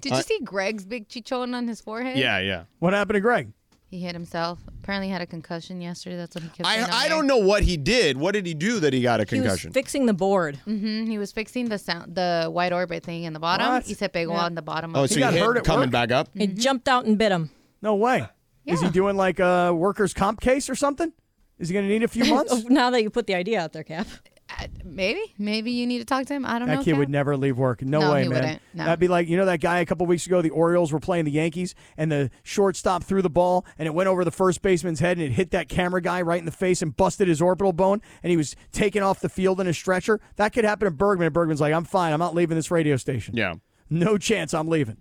Did
I-
you see Greg's big chichon on his forehead?
Yeah, yeah.
What happened to Greg?
He hit himself. Apparently had a concussion yesterday. That's what he kept saying. on
I I
air.
don't know what he did. What did he do that he got a
He was
concussion?
fixing the board.
hmm He was fixing the sound, the white orbit thing in the bottom. He said big one on the bottom.
oh,
of
so
it.
he, hit coming back up.
It
Mm-hmm.
jumped out and bit him.
No way. Is he doing like a workers' comp case or something? Is he going to need a few months?
now that you put the idea out there, Cap.
Uh, Maybe, maybe you need to talk to him. I don't know.
That kid
Oh, Cap.
would never leave work. No,
No,
way,
he
man.
wouldn't. No.
That'd be like you know that guy a couple weeks ago. The Orioles were playing the Yankees, and the shortstop threw the ball, and it went over the first baseman's head, and it hit that camera guy right in the face and busted his orbital bone, and he was taken off the field in a stretcher. That could happen to Bergman. And Bergman's like, "I'm fine. I'm not leaving this radio station.
Yeah.
No chance. I'm leaving."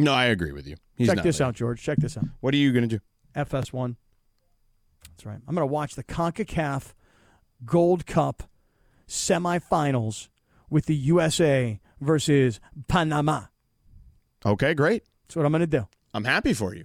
No, I agree with you. He's
Check
not
this
leaving.
out, George. Check this out.
What are you gonna do?
FS1. That's right. I'm going to watch the CONCACAF Gold Cup semifinals with the USA versus Panama.
Okay, great.
That's what I'm going to do.
I'm happy for you.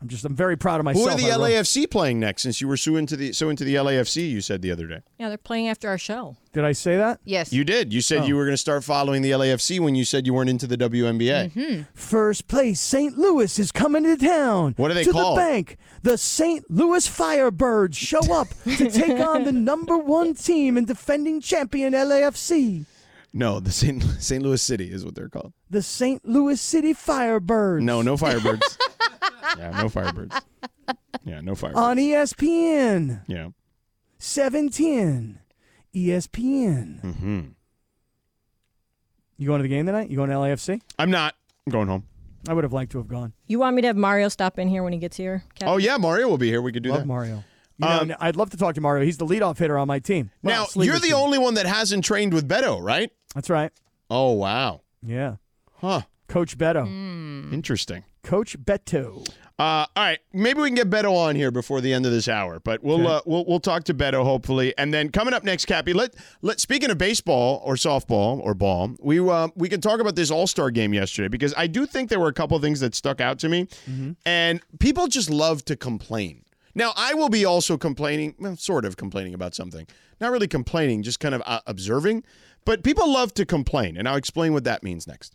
I'm just I'm very proud of myself.
Who are the
I wrote-
LAFC playing next? Since you were so into the so into the LAFC, you said the other day.
Yeah, they're playing after our show.
Did I say that?
Yes.
You did. You said
Oh.
you were going to start following the LAFC when you said you weren't into the WNBA.
Mm-hmm.
First place, St. Louis is coming to town.
What are they
to
called?
the bank. The St. Louis Firebirds show up to take on the number one team and defending champion LAFC.
No, the St. St. Louis City is what they're called.
The St. Louis City Firebirds.
No, no Firebirds. yeah, no Firebirds. Yeah, no Firebirds.
On E
Oh.
ESPN
yeah.
E 710. ESPN.
Mm-hmm.
You going to the game tonight? You going to LAFC?
I'm not. I'm going home.
I would have liked to have gone.
You want me to have Mario stop in here when he gets here? Kat?
Oh yeah, Mario will be here. We could do
Love
that. Um,
Mario. You know, I'd love to talk to Mario. He's the leadoff hitter on my team.
Now you're the only one that hasn't trained with Beto, right?
That's right.
Oh wow.
Yeah.
Huh.
Coach Beto.
Interesting.
Coach Beto.
Uh, all right, maybe we can get Beto on here before the end of this hour, but we'll uh, we'll, we'll talk to Beto hopefully, and then coming up next, Cappy. Let let speaking of baseball or softball or ball, we uh, we can talk about this All Star game yesterday because I do think there were a couple things that stuck out to me, and people just love to complain. Now I will be also complaining, well, sort of complaining about something, not really complaining, just kind of uh, observing, but people love to complain, and I'll explain what that means next.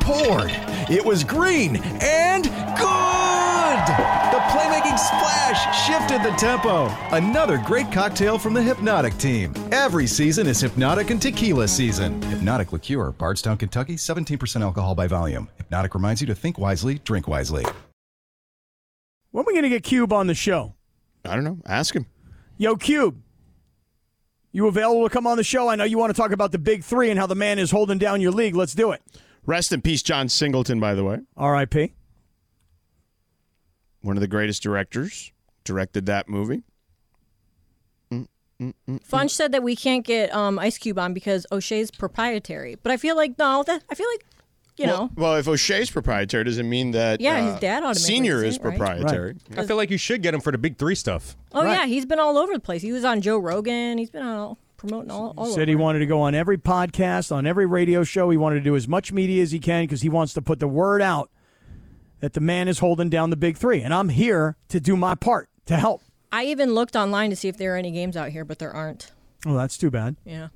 poured. It was green and good! The playmaking splash shifted the tempo.
Another great cocktail from the Hypnotic team. Every season is Hypnotic and Tequila season. Hypnotic Liqueur, Bardstown, Kentucky, 17% alcohol by volume. Hypnotic reminds you to think wisely, drink wisely.
When are we going to get Cube on the show?
I don't know. Ask him.
Yo, Cube, you available to come on the show? I know you want to talk about the big three and how the man is holding down your league. Let's do it.
Rest in peace, John Singleton. By the way,
R.I.P.
one of the greatest directors, directed that movie. Mm, mm, mm, mm.
Funch said that we can't get um, Ice Cube on because O'Shea's proprietary. But I feel like no, that I feel like you
well,
know.
Well, if O'Shea's proprietary, does it mean that
Yeah, his
uh,
dad automatically
Senior
is
is
it, right?
proprietary?
Right.
I feel like you should get him for the big three stuff.
Oh yeah, he's been all over the place. He was on Joe Rogan. He's been on all, promoting all. all
Said he
over.
wanted to go on every podcast, on every radio show. He wanted to do as much media as he can because he wants to put the word out that the man is holding down the big three. And I'm here to do my part to help.
I even looked online to see if there are any games out here, but there aren't.
Oh, that's too bad.
Yeah,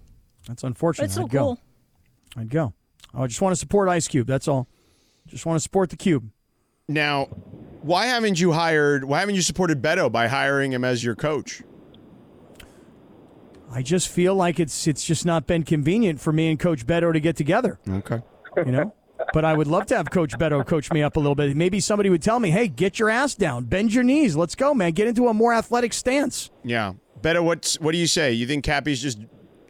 That's unfortunate.
That's so
I'd go.
cool.
I'd go. Oh, I just want to support Ice Cube. That's all. Just want to support the Cube.
Now, why haven't you hired? Why haven't you supported Beto by hiring him as your coach?
I just feel like it's it's just not been convenient for me and Coach Beto to get together.
Okay.
You know? But I would love to have Coach Beto coach me up a little bit. Maybe somebody would tell me, hey, get your ass down, bend your knees, let's go, man. Get into a more athletic stance.
Yeah, Beto. What's what do you say? You think Cappy's just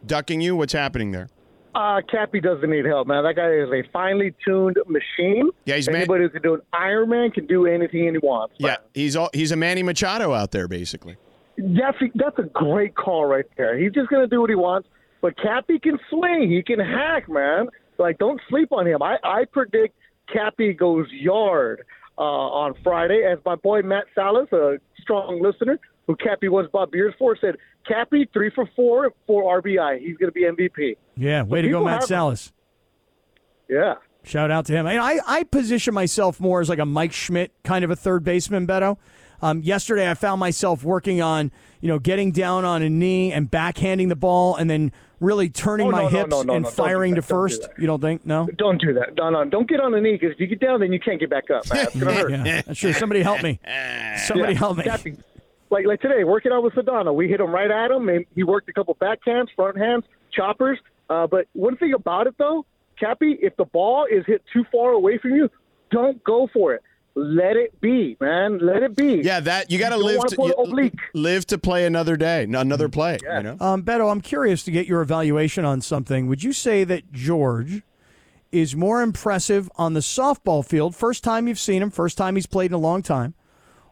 ducking you? What's happening there?
Uh, Cappy doesn't need help, man. That guy is a finely tuned machine.
Yeah, he's
Anybody who can do an Iron Man can do anything he wants.
Yeah, he's all he's a Manny Machado out there basically.
That's that's a great call right there. He's just gonna do what he wants. But Cappy can swing. He can hack, man. Like don't sleep on him. I I predict Cappy goes yard uh, on Friday, as my boy Matt Salas, a strong listener who Cappy was Bob Beers for, said Cappy three for four, four RBI. He's gonna be MVP.
Yeah, way
But
to go,
people
Matt
have-
Salas.
Yeah.
Shout out to him. And I, I position myself more as like a Mike Schmidt kind of a third baseman, Beto. Um, yesterday, I found myself working on, you know, getting down on a knee and backhanding the ball and then really turning
Oh,
my
no, no,
hips
no, no,
and
no, don't do
firing
that,
to
don't do
first. You don't think? No?
Don't do that. No, no. Don't get on the knee because if you get down, then you can't get back up. man. It's gonna hurt.
Yeah, that's true. Somebody help me. Somebody
Yeah,
help me.
Cappy. Like like today, working out with Sedano, we hit him right at him, and he worked a couple backhands, front hands, choppers. Uh, but one thing about it though, Cappy, if the ball is hit too far away from you, don't go for it. let it be, man. Let it be.
Yeah, that you got to
don't
live
wanna
to
put
you-
it oblique.
live to play another day, n- another play. You know,
Um, Beto, I'm curious to get your evaluation on something. Would you say that George is more impressive on the softball field, first time you've seen him, first time he's played in a long time?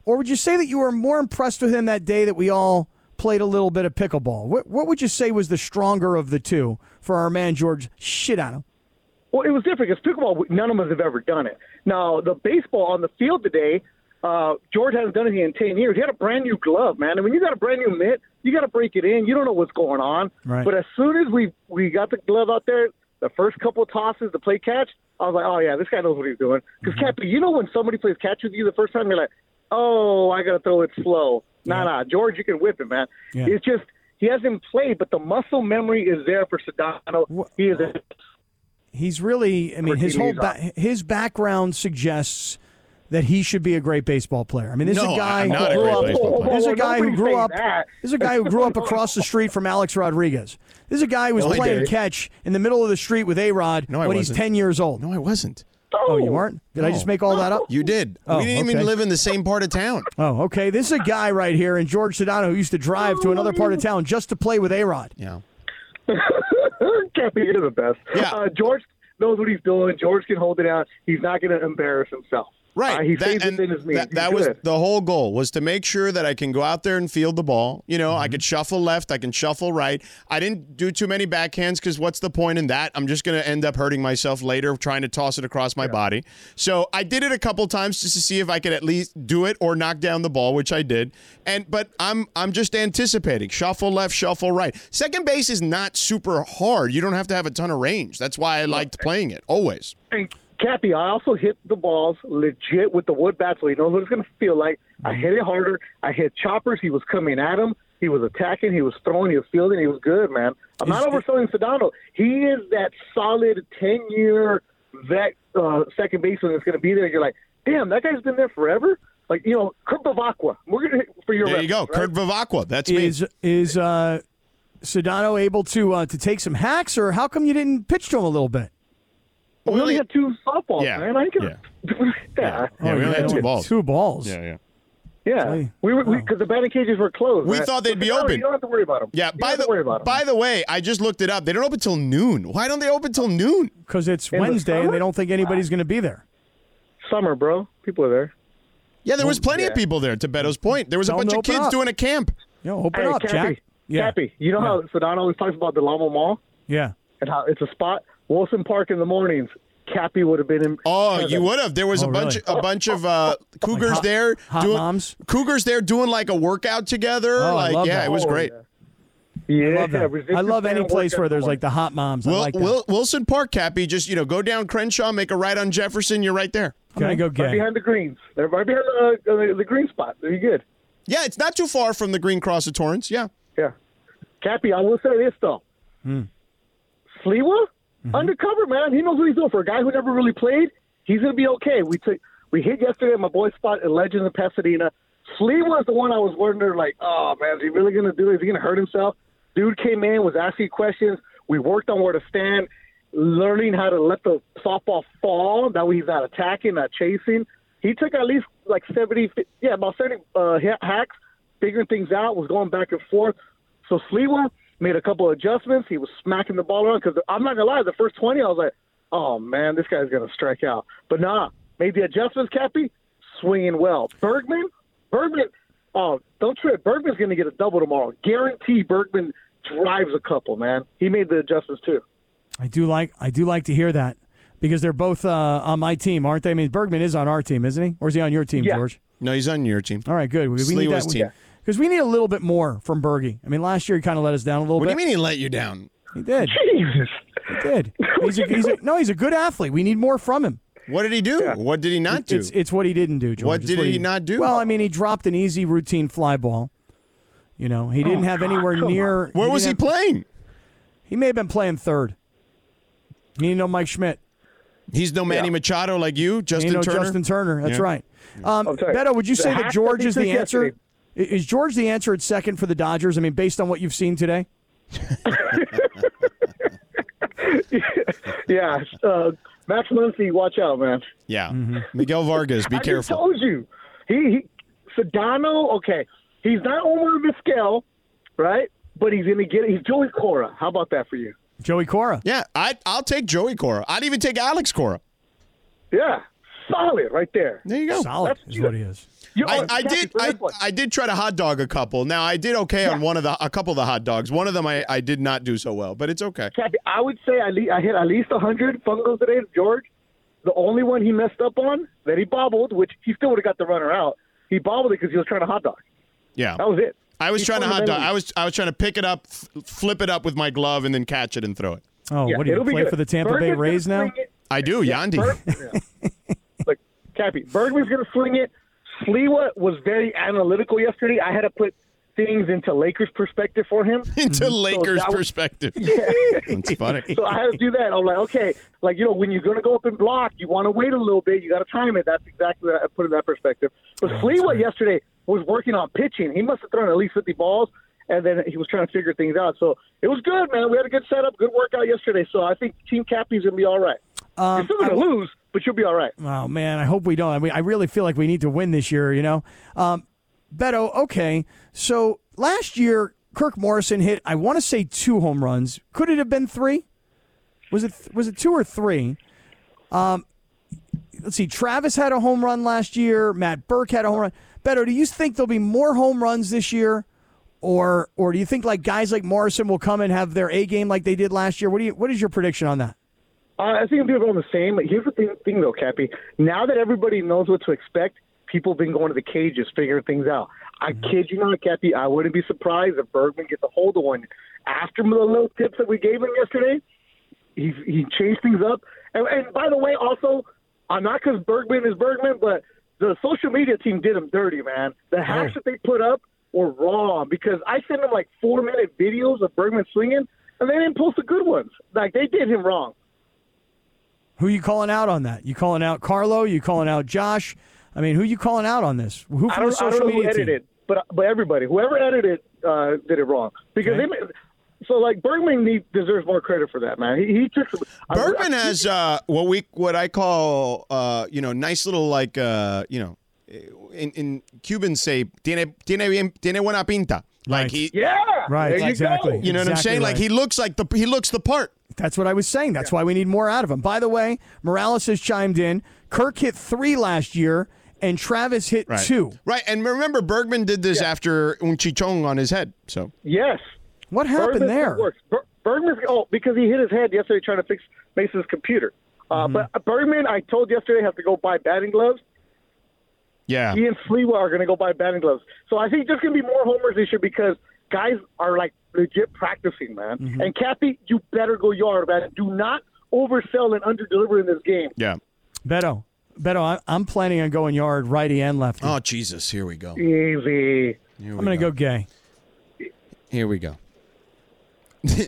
Or would you say that you were more impressed with him that day that we all played a little bit of pickleball? What, what would you say was the stronger of the two for our man, George Shitano?
Well, it was different because pickleball, none of us have ever done it. Now, the baseball on the field today, uh, George hasn't done anything in 10 years. He had a brand new glove, man. And when you got a brand new mitt, you got to break it in. You don't know what's going on.
Right.
But as soon as we, we got the glove out there, the first couple of tosses, the play catch, I was like, oh, yeah, this guy knows what he's doing. Because, Cappy, you know when somebody plays catch with you the first time, you're like, oh, I got to throw it slow. Nah, nah, George, you can whip it, man.
Yeah.
It's just, he hasn't played, but the muscle memory is there for Sedano. He is a
He's really, I mean, his whole
Cortini's
ba- his background suggests that he is a be a great baseball player. I mean, this is
No,
a guy who
I'm not a
grew
great
up.
baseball player.
This is a guy who
Nobody's
grew
saying
up.
that.
This is a guy who grew up across the street from Alex Rodriguez. This is a guy who was
No, I
playing
didn't.
catch in the middle of the street with A Rod
No, I
when
wasn't.
he's ten years old.
No, I wasn't.
Oh, you weren't? Did I
No.
just make all that up?
you did.
Oh,
we didn't
okay.
even live in the same part of town.
Oh, okay. This is a guy right here in George Sedano who used to drive to another part of town just to play with A Rod.
Yeah.
Cappy, you're the best. Uh, George knows what he's doing. George can hold it out. He's not going to embarrass himself.
Right.
Uh, he
That-
stays
and
within his means.
That,
He's
that was
good.
the whole goal was to make sure that I can go out there and field the ball. You know, I could shuffle left, I can shuffle right. I didn't do too many backhands because what's the point in that? I'm just going to end up hurting myself later trying to toss it across my body. So I did it a couple times just to see if I could at least do it or knock down the ball, which I did. And but I'm I'm just anticipating shuffle left, shuffle right. Second base is not super hard. You don't have to have a ton of range. That's why I liked playing it always.
And Cappy, I also hit the balls legit with the wood bat, so he knows what it's going to feel like. I
Mm-hmm.
hit it harder. I hit choppers. He was coming at him. He was attacking. He was throwing. He was fielding. He was good, man. I'm not overselling Sedano. He is that solid 10 year vet uh, second baseman that's going to be there. You're like, damn, that guy's been there forever. Like, you know, Kurt Bavakwa. We're going to for your
There you go,
reference, right?
Kurt Vivacqua. That's me.
is is uh, Sedano able to uh, to take some hacks, or how come you didn't pitch to him a little bit?
Well, we only had two softballs, man. I ain't gonna. Oh, Yeah,
Oh, Yeah, we only had two balls.
Two balls.
Yeah, yeah.
Yeah, we were because the batting cages were closed.
We
man.
thought they'd be
No,
open.
You don't have to worry about them.
Yeah. By
You don't have
the
to worry about 'em.
by the way, I just looked it up. They don't open till noon. Why don't they open till noon?
Because it's Wednesday, and they don't think anybody's going to be there.
Summer, bro. People are there.
Yeah, there was plenty
Yeah.
of people there. To Beto's point, there was a
Tell 'em
bunch of
to open
kids
up.
doing a camp.
Yo,
hey, Cappy, Cappy, you know how Sedano always talks about the Lamo Mall
Yeah.
and how it's a spot. Wilson Park in the mornings. Cappy would have been in.
Oh, you would have. There was
Oh,
a bunch,
really?
a bunch of uh,
Oh
cougars
hot-
there
hot
doing
moms?
cougars there doing like a workout together.
Oh, I
like,
love
yeah,
that.
it was
Oh,
great.
Yeah,
I love, that. I love any place where there's like the hot moms. I
Wil-
like that.
Wil- Wilson Park, Cappy, just you know, go down Crenshaw, make a right on Jefferson. You're right there.
I'm gonna go
Right
gay.
behind the greens. They're right behind the, uh, the, the green spot. They're good.
Yeah, it's not too far from the Green Cross of Torrance. Yeah.
Yeah. Cappy, I will say this though.
hmm.
Sliwa, undercover man. He knows what he's doing. For a guy who never really played, he's gonna be okay. We took we hit yesterday at my boy spot at Legends in Pasadena. Sliwa is the one I was wondering, like, oh man, is he really gonna do it? Is he gonna hurt himself? Dude came in, was asking questions. We worked on where to stand, learning how to let the softball fall. That way he's not attacking, not chasing. He took at least like seventy, yeah, about seventy uh, ha- hacks, figuring things out. Was going back and forth. So Sliwa made a couple adjustments. He was smacking the ball around because I'm not gonna lie, the first 20, I was like, oh man, this guy's gonna strike out. But nah, made the adjustments. Cappy swinging well. Bergman, Bergman, oh don't trip. Bergman's gonna get a double tomorrow. Guarantee Bergman drives a couple. Man, he made the adjustments too.
I do like I do like to hear that because they're both uh, on my team, aren't they? I mean, Bergman is on our team, isn't he? Or is he on your team, George?
No, he's on your team.
All right, good. We, we need
Sliwa's
that
team.
because we need a little bit more from Bergie. I mean, last year he kind of let us down a little
What do
bit.
you mean he let you down?
He did.
Jesus.
He did. He's a, he's a, no, he's a good athlete. We need more from him.
What did he do? What did he not do?
It's, it's what he didn't do, George.
What
It's
did he
didn't-
not do?
Well, I mean, he dropped an easy routine fly ball. You know,
Oh,
he didn't have anywhere near.
Where was he
didn't have-
playing?
He may have been playing third. He didn't know Mike Schmidt.
He's no Manny Machado like you, Justin
you know
Turner.
Justin Turner. That's
Yeah.
right. Um,
sorry.
Beto, would you
The
say
hack
that
that
George
they
is the
took
answer?
yesterday.
I- Is George the answer at second for the Dodgers? I mean, based on what you've seen today.
yeah, uh, Max Muncy, watch out, man.
Yeah.
Mm-hmm.
Miguel Vargas, be
I just
careful.
told you. He, he Sedano, okay. He's not Omar Vizquel, right? But he's going to get He's Joey Cora. How about that for you?
Joey Cora.
Yeah, I I'll take Joey Cora. I'd even take Alex Cora.
Yeah. Solid right there.
There you go.
Solid is what he is.
I, I did. I, I did try to hot dog a couple. Now I did okay on one of the a couple of the hot dogs. One of them I, I did not do so well, but it's okay.
Cappy, I would say I, le- I hit at least 100 fungos today to George. The only one he messed up on that he bobbled, which he still would have got the runner out, he bobbled it because he was trying to hot dog.
Yeah,
That was it.
I was
He
trying to hot dog.
fundamentally-
I was I was trying to pick it up, f- flip it up with my glove, and then catch it and throw it.
Oh,
Yeah,
what do you
it'll be
play
good.
for the Tampa Bay
Bergman's
Rays
gonna
now?
swing it.
I do, Yandy.
Look, Cappy, Bergman's going to swing it. Sliwa was very analytical yesterday. I had to put things into Lakers perspective for him.
Into
Mm-hmm. So
Lakers
that was-
perspective. That's funny.
So I had to do that. I'm like, okay, like you know, when you're going to go up and block, you want to wait a little bit. You got to time it. That's exactly what I put in that perspective. But Sliwa yesterday was working on pitching. He must have thrown at least 50 balls, and then he was trying to figure things out. So it was good, man. We had a good setup, good workout yesterday. So I think Team Cappy's gonna be all right. you're still gonna lose, but you'll be all right.
Oh man, I hope we don't. I mean, I really feel like we need to win this year. You know, um, Beto. Okay, so last year Kirk Morrison hit. I want to say two home runs. Could it have been three? Was it was it two or three? Um, let's see. Travis had a home run last year. Matt Burke had a home run. Beto, do you think there'll be more home runs this year, or or do you think like guys like Morrison will come and have their A game like they did last year? What do you what is your prediction on that?
Uh, I think people are on the same. Here's the thing, thing though, Cappy. Now that everybody knows what to expect, people have been going to the cages, figuring things out. I kid you not, Cappy. I wouldn't be surprised if Bergman gets a hold of one after the little tips that we gave him yesterday. He he changed things up. And, and by the way, also, I'm not because Bergman is Bergman, but the social media team did him dirty, man. The hacks that they put up were raw because I sent them like four minute videos of Bergman swinging, and they didn't post the good ones. Like they did him wrong.
Who you calling out on that? You calling out Carlo? You calling out Josh? I mean, who you calling out on this? Who
I
from the
don't, I don't
social
know who
media team?
edited, but but everybody, whoever edited, uh, did it wrong because they made, so like Bergman need, deserves more credit for that, man. He, he took some,
Bergman has uh, what we what I call uh, you know nice little like uh, you know in, in Cuban say tiene tiene bien, tiene buena pinta like he
yeah
Right,
There you go.
exactly.
you know what I'm
Exactly
saying like
right.
he looks like the he looks the part
That's what I was saying. That's why we need more out of him. By the way, Morales has chimed in. Kirk hit three last year, and Travis hit
right
two.
right and remember Bergman did this after un chichong on his head so
yes.
What happened
Bergman's
there?
Works. Ber- Bergman's oh because he hit his head yesterday trying to fix Mason's computer.
Mm-hmm.
Uh, But Bergman, I told yesterday, have to go buy batting gloves.
yeah
He and Sliwa are going to go buy batting gloves. So I think there's going to be more homers this year because guys are like legit practicing, man.
Mm-hmm.
And Cappy, you better go yard, man. Do not oversell and underdeliver in this game.
yeah
Beto, Beto, I- I'm planning on going yard, righty and lefty.
oh Jesus here we go
Easy.
I'm going to go gay.
Here we go.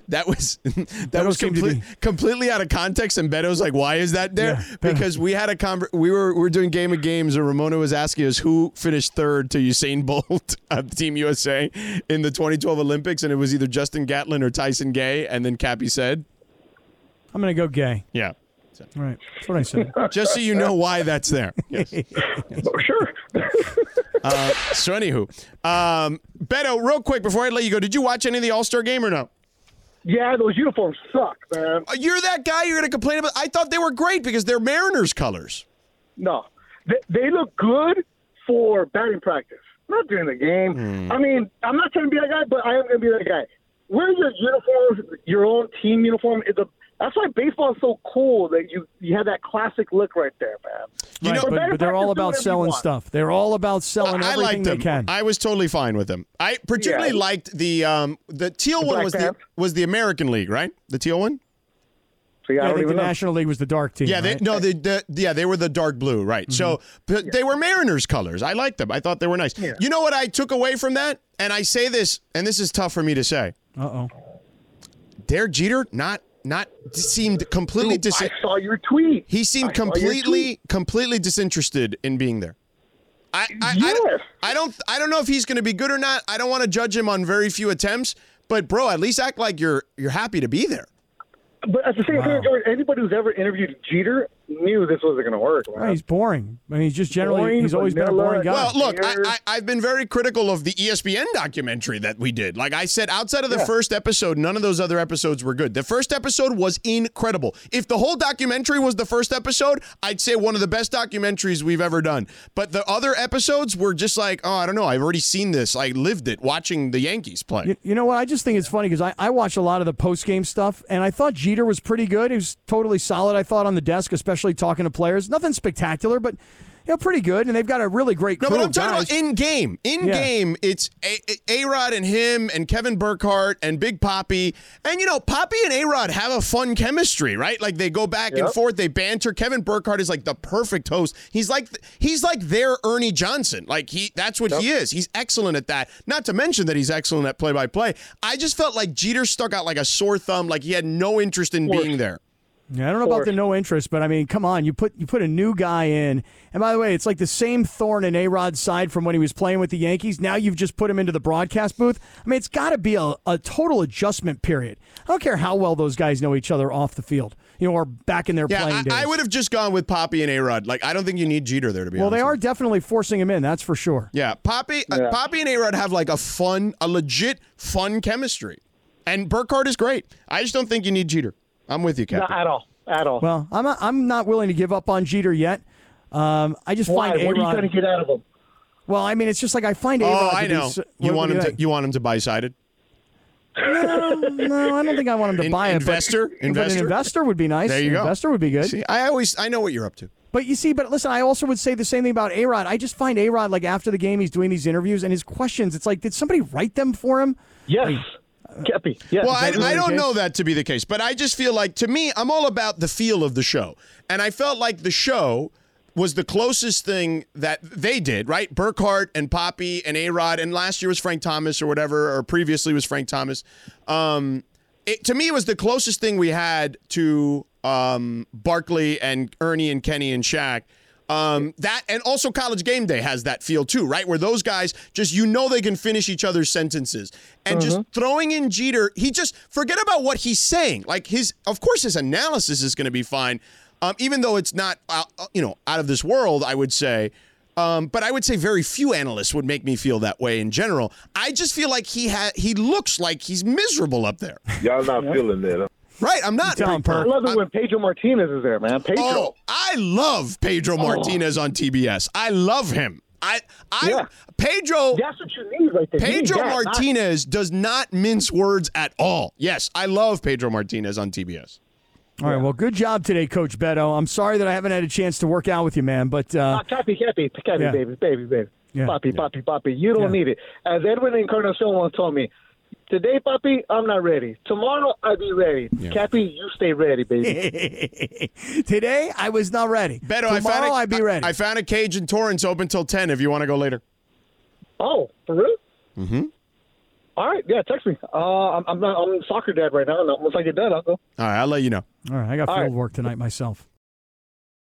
that was that, was
seemed to
complete, completely out of context. And Beto's like, "Why is that there?" because we had a conver- we were we were doing game of games, and Ramona was asking us who finished third to Usain Bolt of Team USA in the 2012 Olympics, and it was either Justin Gatlin or Tyson Gay. And then Cappy said,
I'm going to go gay.
"Yeah,
All right. That's what I said.
just so you know why that's there." Yes.
Sure.
Uh, so anywho, um, Beto, real quick before I let you go, did you watch any of the All Star game or no? Uh,
Yeah, those uniforms suck, man.
You're that guy. You're gonna complain about. I thought they were great because they're Mariners colors.
No, they, they look good for batting practice, not during the game. I mean, I'm not trying to be that guy, but I am going to be that guy. Wear your uniforms, your own team uniform. Is a, that's why baseball is so cool that you you have that classic look right there, man.
Right,
For
but,
batting
but they're all
practice, do
about
whatever you
selling
want.
stuff. They're all about selling
I
everything
liked
they
them.
can.
I was totally fine with them. I particularly
Yeah.
liked the um the teal
The
one
black
was
pants.
the was the American League, right? The teal one.
So yeah,
Yeah,
I
I
don't
think the
even know.
National League was the dark team.
Yeah, they,
right? Mm-hmm.
no, they, the yeah they were the dark blue, right? So but they were Mariners colors. I liked them. I thought they were nice. You know what I took away from that? And I say this, and this is tough for me to say.
Uh oh.
Derek Jeter not not seemed completely.
Dude,
dis-
I saw your tweet.
He
I
seemed
saw your
completely
tweet.
completely disinterested in being there. I I,
Yes.
I, I don't I don't know if he's going to be good or not. I don't want to judge him on very few attempts, but bro, at least act like you're you're happy to be there.
But at the same time, George, anybody who's ever interviewed Jeter knew this wasn't going to work. man.
Well, he's boring. I mean, he's just generally
Boring,
he's always been a boring guy.
Well, look, I, I, I've been very critical of the E ESPN documentary that we did. Like I said, outside of the
Yeah.
first episode, none of those other episodes were good. The first episode was incredible. If the whole documentary was the first episode, I'd say one of the best documentaries we've ever done. But the other episodes were just like, oh, I don't know. I've already seen this. I lived it watching the Yankees play.
You, you know what? I just think it's funny because I, I watch a lot of the post game stuff, and I thought Jeter was pretty good. He was totally solid, I thought, on the desk, especially talking to players. Nothing spectacular, but you know, pretty good. And they've got a really great
No,
crew
but I'm
of
talking
guys.
about in game. In
Yeah.
game, it's a-, a Rod and him and Kevin Burkhardt and Big Poppy. And you know, Poppy and A Rod have a fun chemistry, right? Like they go back and
Yep.
forth, they banter. Kevin Burkhardt is like the perfect host. He's like th- he's like their Ernie Johnson. Like he that's what he is. He's excellent at that. Not to mention that he's excellent at play by play. I just felt like Jeter stuck out like a sore thumb, like he had no interest in being there.
Yeah, I don't know about the no interest, but I mean, come on, you put you put a new guy in, and by the way, it's like the same thorn in A Rod's side from when he was playing with the Yankees. Now you've just put him into the broadcast booth. I mean, it's got to be a, a total adjustment period. I don't care how well those guys know each other off the field, you know, or back in their
Yeah,
playing
I,
days.
I would have just gone with Poppy and A Rod. Like I don't think you need Jeter there to be
well,
honest.
they are definitely forcing him in. That's for sure.
Yeah, Poppy, Uh, Poppy and Arod have like a fun, a legit fun chemistry, and Burkhardt is great. I just don't think you need Jeter. I'm with you, Captain.
at all, at all.
Well, I'm not, I'm not willing to give up on Jeter yet. Um, I just
Why?
find
What are you
A-Rod-
trying to get out of him?
Well, I mean, it's just like I find A-Rod
oh,
to
I
be
know.
so-
you
what-
want
what
him
do
to you want him to buy sided.
No, no, I don't think I want him to
An
buy it. but-
investor?
but,
Investor?
an investor would be nice.
There you
an
go.
Investor would be good.
See, I always I know what you're up to.
but you see, but listen, I also would say the same thing about A Rod. I just find A Rod like after the game, he's doing these interviews and his questions. It's like, did somebody write them for him?
Yes, Kepi. Yes.
well, I, I don't know that to be the case, but I just feel like to me, I'm all about the feel of the show, and I felt like the show was the closest thing that they did, right? Burkhart and Poppy and A Rod, and last year was Frank Thomas or whatever, or previously was Frank Thomas. Um, it, to me, it was the closest thing we had to um, Barkley and Ernie and Kenny and Shaq. Um, that and also college game day has that feel too, right? Where those guys just you know they can finish each other's sentences and just throwing in Jeter. He just forget about what he's saying. Like his, of course, his analysis is going to be fine, um, even though it's not uh, you know out of this world. I would say. Um, but I would say very few analysts would make me feel that way in general. I just feel like he ha- he looks like he's miserable up there.
Y'all not feeling that. huh?
Right, I'm not.
Tell him, Perk.
I love it when Pedro Martinez is there, man. Pedro.
Oh,
Oh.
I love Pedro Martinez on TBS. I love him. I, I, Pedro.
That's what you need right there. You need
Pedro
that, not-
Martinez does not mince words at all. Yes, I love Pedro Martinez on TBS.
All right. Well, good job today, Coach Beto. I'm sorry that I haven't had a chance to work out with you, man. But uh,
Ah, Cappy, Cappy, Cappy,
Yeah.
baby, baby, baby.
Yeah.
Poppy, Poppy, Poppy. You don't need it. As Edwin Encarnacion once told me, today, Poppy, I'm not ready. Tomorrow, I'll be ready. Cappy, you stay ready, baby.
today I was not ready.
Beto,
Tomorrow
I found a,
I'd be ready.
I, found a cage in Torrance open till ten. If you want to go later.
oh, for real?
Mm-hmm.
All right, yeah, text me. Uh, I'm, I'm not. I'm soccer dad right now. and Once I get done, I'll go.
All right, I'll let you know.
All right. I got
All
field
right.
work tonight myself.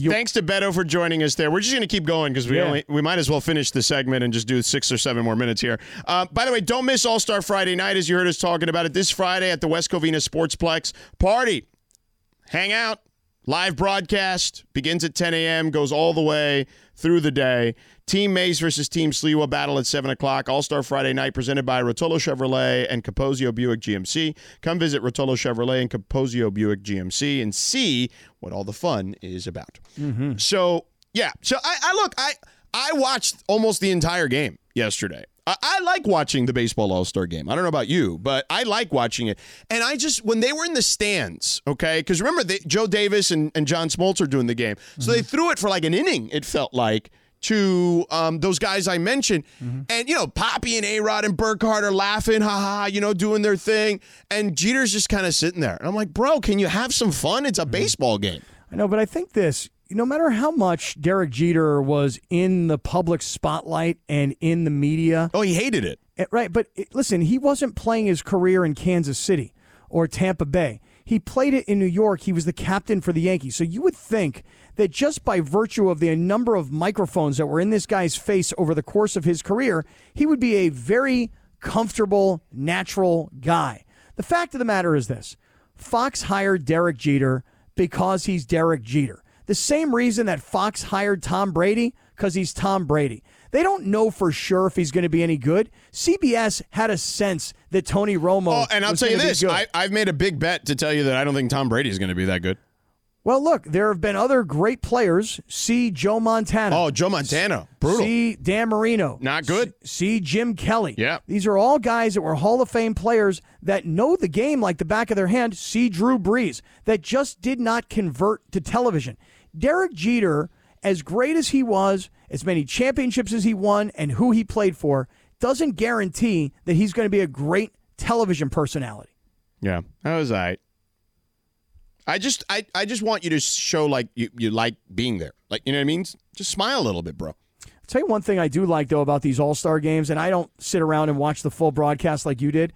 thanks to Beto for joining us there. We're just going to keep going because we
Yeah.
only we might as well finish the segment and just do six or seven more minutes here. Uh, by the way, don't miss All Star Friday night as you heard us talking about it this Friday at the West Covina Sportsplex party. Hang out. Live broadcast begins at 10 a.m., goes all the way through the day. Team Mays versus Team Sliwa battle at 7 o'clock. All Star Friday night presented by Rotolo Chevrolet and Capozio Buick GMC. Come visit Rotolo Chevrolet and Capozio Buick GMC and see what all the fun is about. So, yeah. So, I, I look, I, I watched almost the entire game yesterday. I, I like watching the baseball all star game. I don't know about you, but I like watching it. And I just when they were in the stands, okay, because remember they, Joe Davis and, and John Smoltz are doing the game, so they threw it for like an inning. It felt like to um, those guys I mentioned, and you know Poppy and A Rod and Burkhardt are laughing, ha ha, you know, doing their thing, and Jeter's just kind of sitting there. And I'm like, bro, can you have some fun? It's a baseball game.
I know, but I think this, no matter how much Derek Jeter was in the public spotlight and in the media. Eh,
Oh, he hated it.
Right. But it- listen, he wasn't playing his career in Kansas City or Tampa Bay. He played it in New York. He was the captain for the Yankees. So you would think that just by virtue of the number of microphones that were in this guy's face over the course of his career, he would be a very comfortable, natural guy. The fact of the matter is this Fox hired Derek Jeter because he's Derek Jeter. The same reason that Fox hired Tom Brady because he's Tom Brady. They don't know for sure if he's going to be any good. CBS had a sense that Tony Romo.
Oh, and I'll
was
tell you
gonna be
this:
good.
I, I've made a big bet to tell you that I don't think Tom Brady is going to be that good.
Well, look, there have been other great players. See Joe Montana.
Oh, Joe Montana. Brutal.
See Dan Marino.
Not good.
See Jim Kelly.
Yeah.
These are all guys that were Hall of Fame players that know the game like the back of their hand. See Drew Brees that just did not convert to television. Derek Jeter, as great as he was, as many championships as he won, and who he played for, doesn't guarantee that he's going to be a great television personality.
Yeah, that was all right. I just, I, I just want you to show like you, you like being there. Like you know what I mean? Just smile a little bit, bro.
I'll tell you one thing I do like though about these All Star games, and I don't sit around and watch the full broadcast like you did,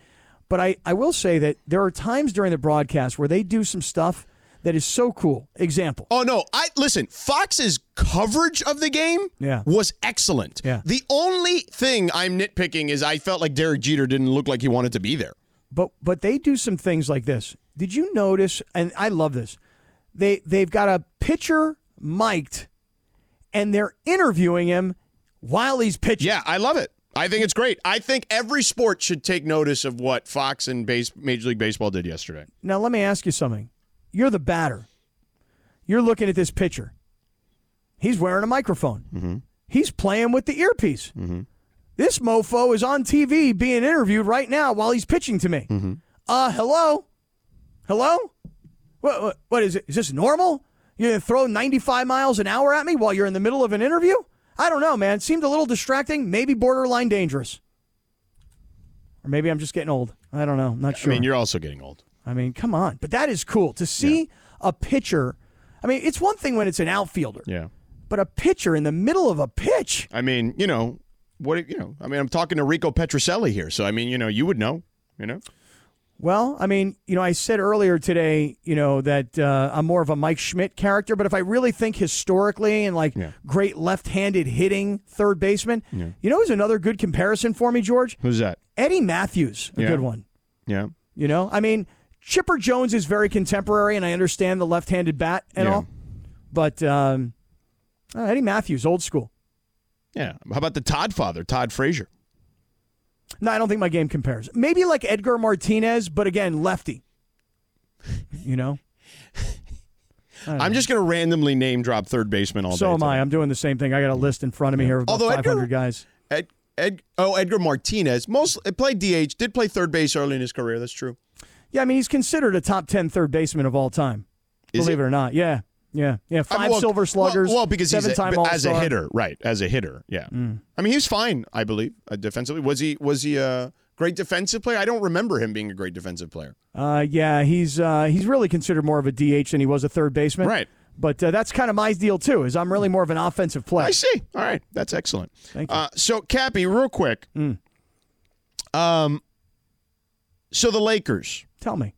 but I, I will say that there are times during the broadcast where they do some stuff that is so cool. Example.
Oh no, I listen. Fox's coverage of the game
Yeah.
was excellent.
Yeah.
The only thing I'm nitpicking is I felt like Derek Jeter didn't look like he wanted to be there.
But but they do some things like this. Did you notice? And I love this. They they've got a pitcher mic'd, and they're interviewing him while he's pitching.
Yeah, I love it. I think it's great. I think every sport should take notice of what Fox and base, Major League Baseball did yesterday.
Now let me ask you something. You're the batter. You're looking at this pitcher. He's wearing a microphone.
Mm-hmm.
He's playing with the earpiece. This mofo is on TV being interviewed right now while he's pitching to me.
Mm-hmm.
Uh, hello? Hello? What, what, what is it? Is this normal? You're going to throw 95 miles an hour at me while you're in the middle of an interview? I don't know, man. seemed a little distracting, maybe borderline dangerous. Or maybe I'm just getting old. I don't know. I'm not sure.
I mean, you're also getting old.
I mean, come on. But that is cool to see a pitcher. I mean, it's one thing when it's an outfielder,
Yeah.
but a pitcher in the middle of a pitch.
I mean, you know, what you know, I mean, I'm talking to Rico Petroselli here, so I mean, you know, you would know, you know.
Well, I mean, you know, I said earlier today, you know, that uh, I'm more of a Mike Schmidt character, but if I really think historically and like great left handed hitting third baseman,
Yeah.
you know, who's another good comparison for me, George?
Who's that?
Eddie Matthews, a
Yeah.
good one.
Yeah.
You know, I mean, Chipper Jones is very contemporary, and I understand the left-handed bat and
Yeah.
all, but um, uh, Eddie Matthews, old school.
Yeah. How about the Todd father, Todd Frazier?
No, I don't think my game compares. Maybe like Edgar Martinez, but again, lefty. You know,
I'm just going to randomly name drop third baseman all
so
day.
am I. I'm doing the same thing. I got a list in front of me here of about
Although
500
Edgar-
guys.
Ed, Ed, oh, Edgar Martinez. Most played DH, did play third base early in his career. That's true.
Yeah, I mean, he's considered a top 10 third baseman of all time.
Is
believe it? or not, yeah. Yeah, yeah,
I mean,
five
well,
silver sluggers.
Well, well, because he's a,
seven-time
but as a
All-Star. Mm.
hitter, right? As a hitter, yeah. I mean, he was fine, I believe, uh, defensively. Was he? Was he a great defensive player? I don't remember him being a great defensive player.
Uh, yeah, he's uh, he's really considered more of a DH than he was a third baseman. Right. But uh, that's kind of my deal too. Is I'm really more of an offensive player. I
see. All right, that's excellent. Uh, so, Cappy, real quick.
Mm.
Um, so the Lakers.
Tell me.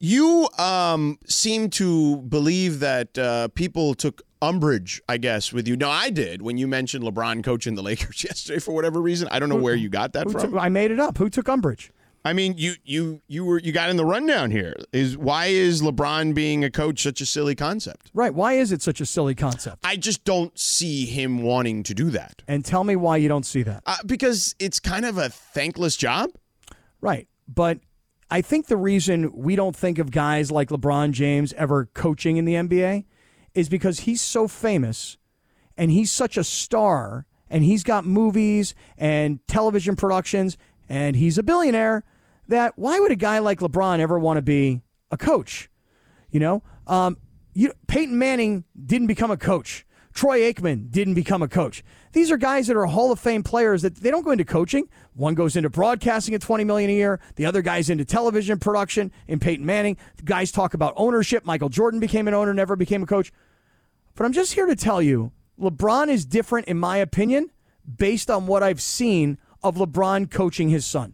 You um, seem to believe that uh, people took umbrage, I guess, with you. No, I did when you mentioned LeBron coaching the Lakers yesterday for whatever reason. I don't know where you got that
Who
from.
took- I made it up. Who took umbrage?
I mean, you you you were you got in the rundown here. Is why is LeBron being a coach such a silly concept?
Right. Why is it such a silly concept?
I just don't see him wanting to do that
And tell me why you don't see that.
uh, because it's kind of a thankless job.
Right. But I think the reason we don't think of guys like LeBron James ever coaching in the NBA is because he's so famous and he's such a star and he's got movies and television productions and he's a billionaire that why would a guy like LeBron ever want to be a coach? You know, um, you, Peyton Manning didn't become a coach. Troy Aikman didn't become a coach. These are guys that are Hall of Fame players that they don't go into coaching. One goes into broadcasting at 20 million a year. The other guy's into television production in Peyton Manning. The guys talk about ownership. Michael Jordan became an owner, never became a coach. But I'm just here to tell you LeBron is different, in my opinion, based on what I've seen of LeBron coaching his son.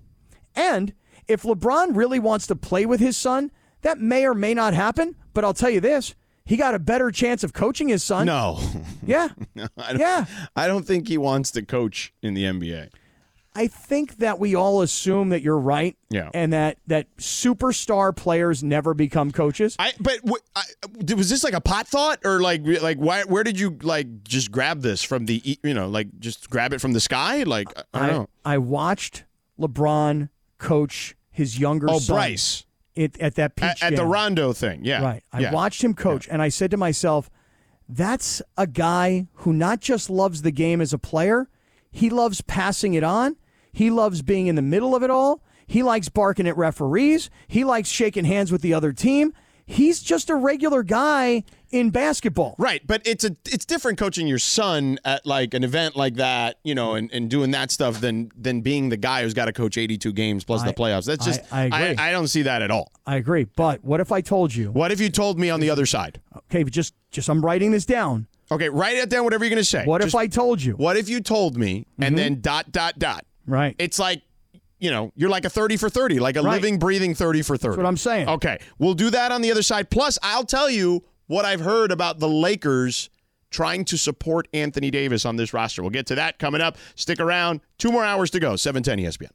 And if LeBron really wants to play with his son, that may or may not happen. But I'll tell you this he got a better chance of coaching his son.
No.
Yeah.
I don't,
Yeah.
I don't think he wants to coach in the NBA.
I think that we all assume that you're right.
Yeah.
And that, that superstar players never become coaches.
I but what, I, was this like a pot thought or like like why where did you like just grab this from the e- you know like just grab it from the sky like I, I don't know.
I watched LeBron coach his younger
Oh,
son.
Bryce.
It, at that peach
At, at the
jam.
Rondo thing, yeah,
Right. I
yeah.
watched him coach and I said to myself, that's a guy who not just loves the game as a player, he loves passing it on. He loves being in the middle of it all. He likes barking at referees. He likes shaking hands with the other team. He's just a regular guy in basketball.
Right, but it's a it's different coaching your son at like an event like that, you know, and, and doing that stuff than than being the guy who's got to coach 82 games plus the
I-
playoffs. That's
I-
just
I agree.
I, don't see that at all.
I agree. But what if I told you?
What if you told me on the other side?
Okay, but just just I'm writing this down.
Okay, write it down. Whatever you're gonna say.
What
Just-
if I told you?
What if you told me
Mhm.
and then dot dot dot?
Right.
It's like you know, you're like a 30 for 30, like a
Right.
living, breathing 30 for 30. That's
what I'm saying.
Okay. We'll do that on the other side. Plus, I'll tell you what I've heard about the Lakers trying to support Anthony Davis on this roster. We'll get to that coming up. Stick around. Two more hours to go. E 710 ESPN.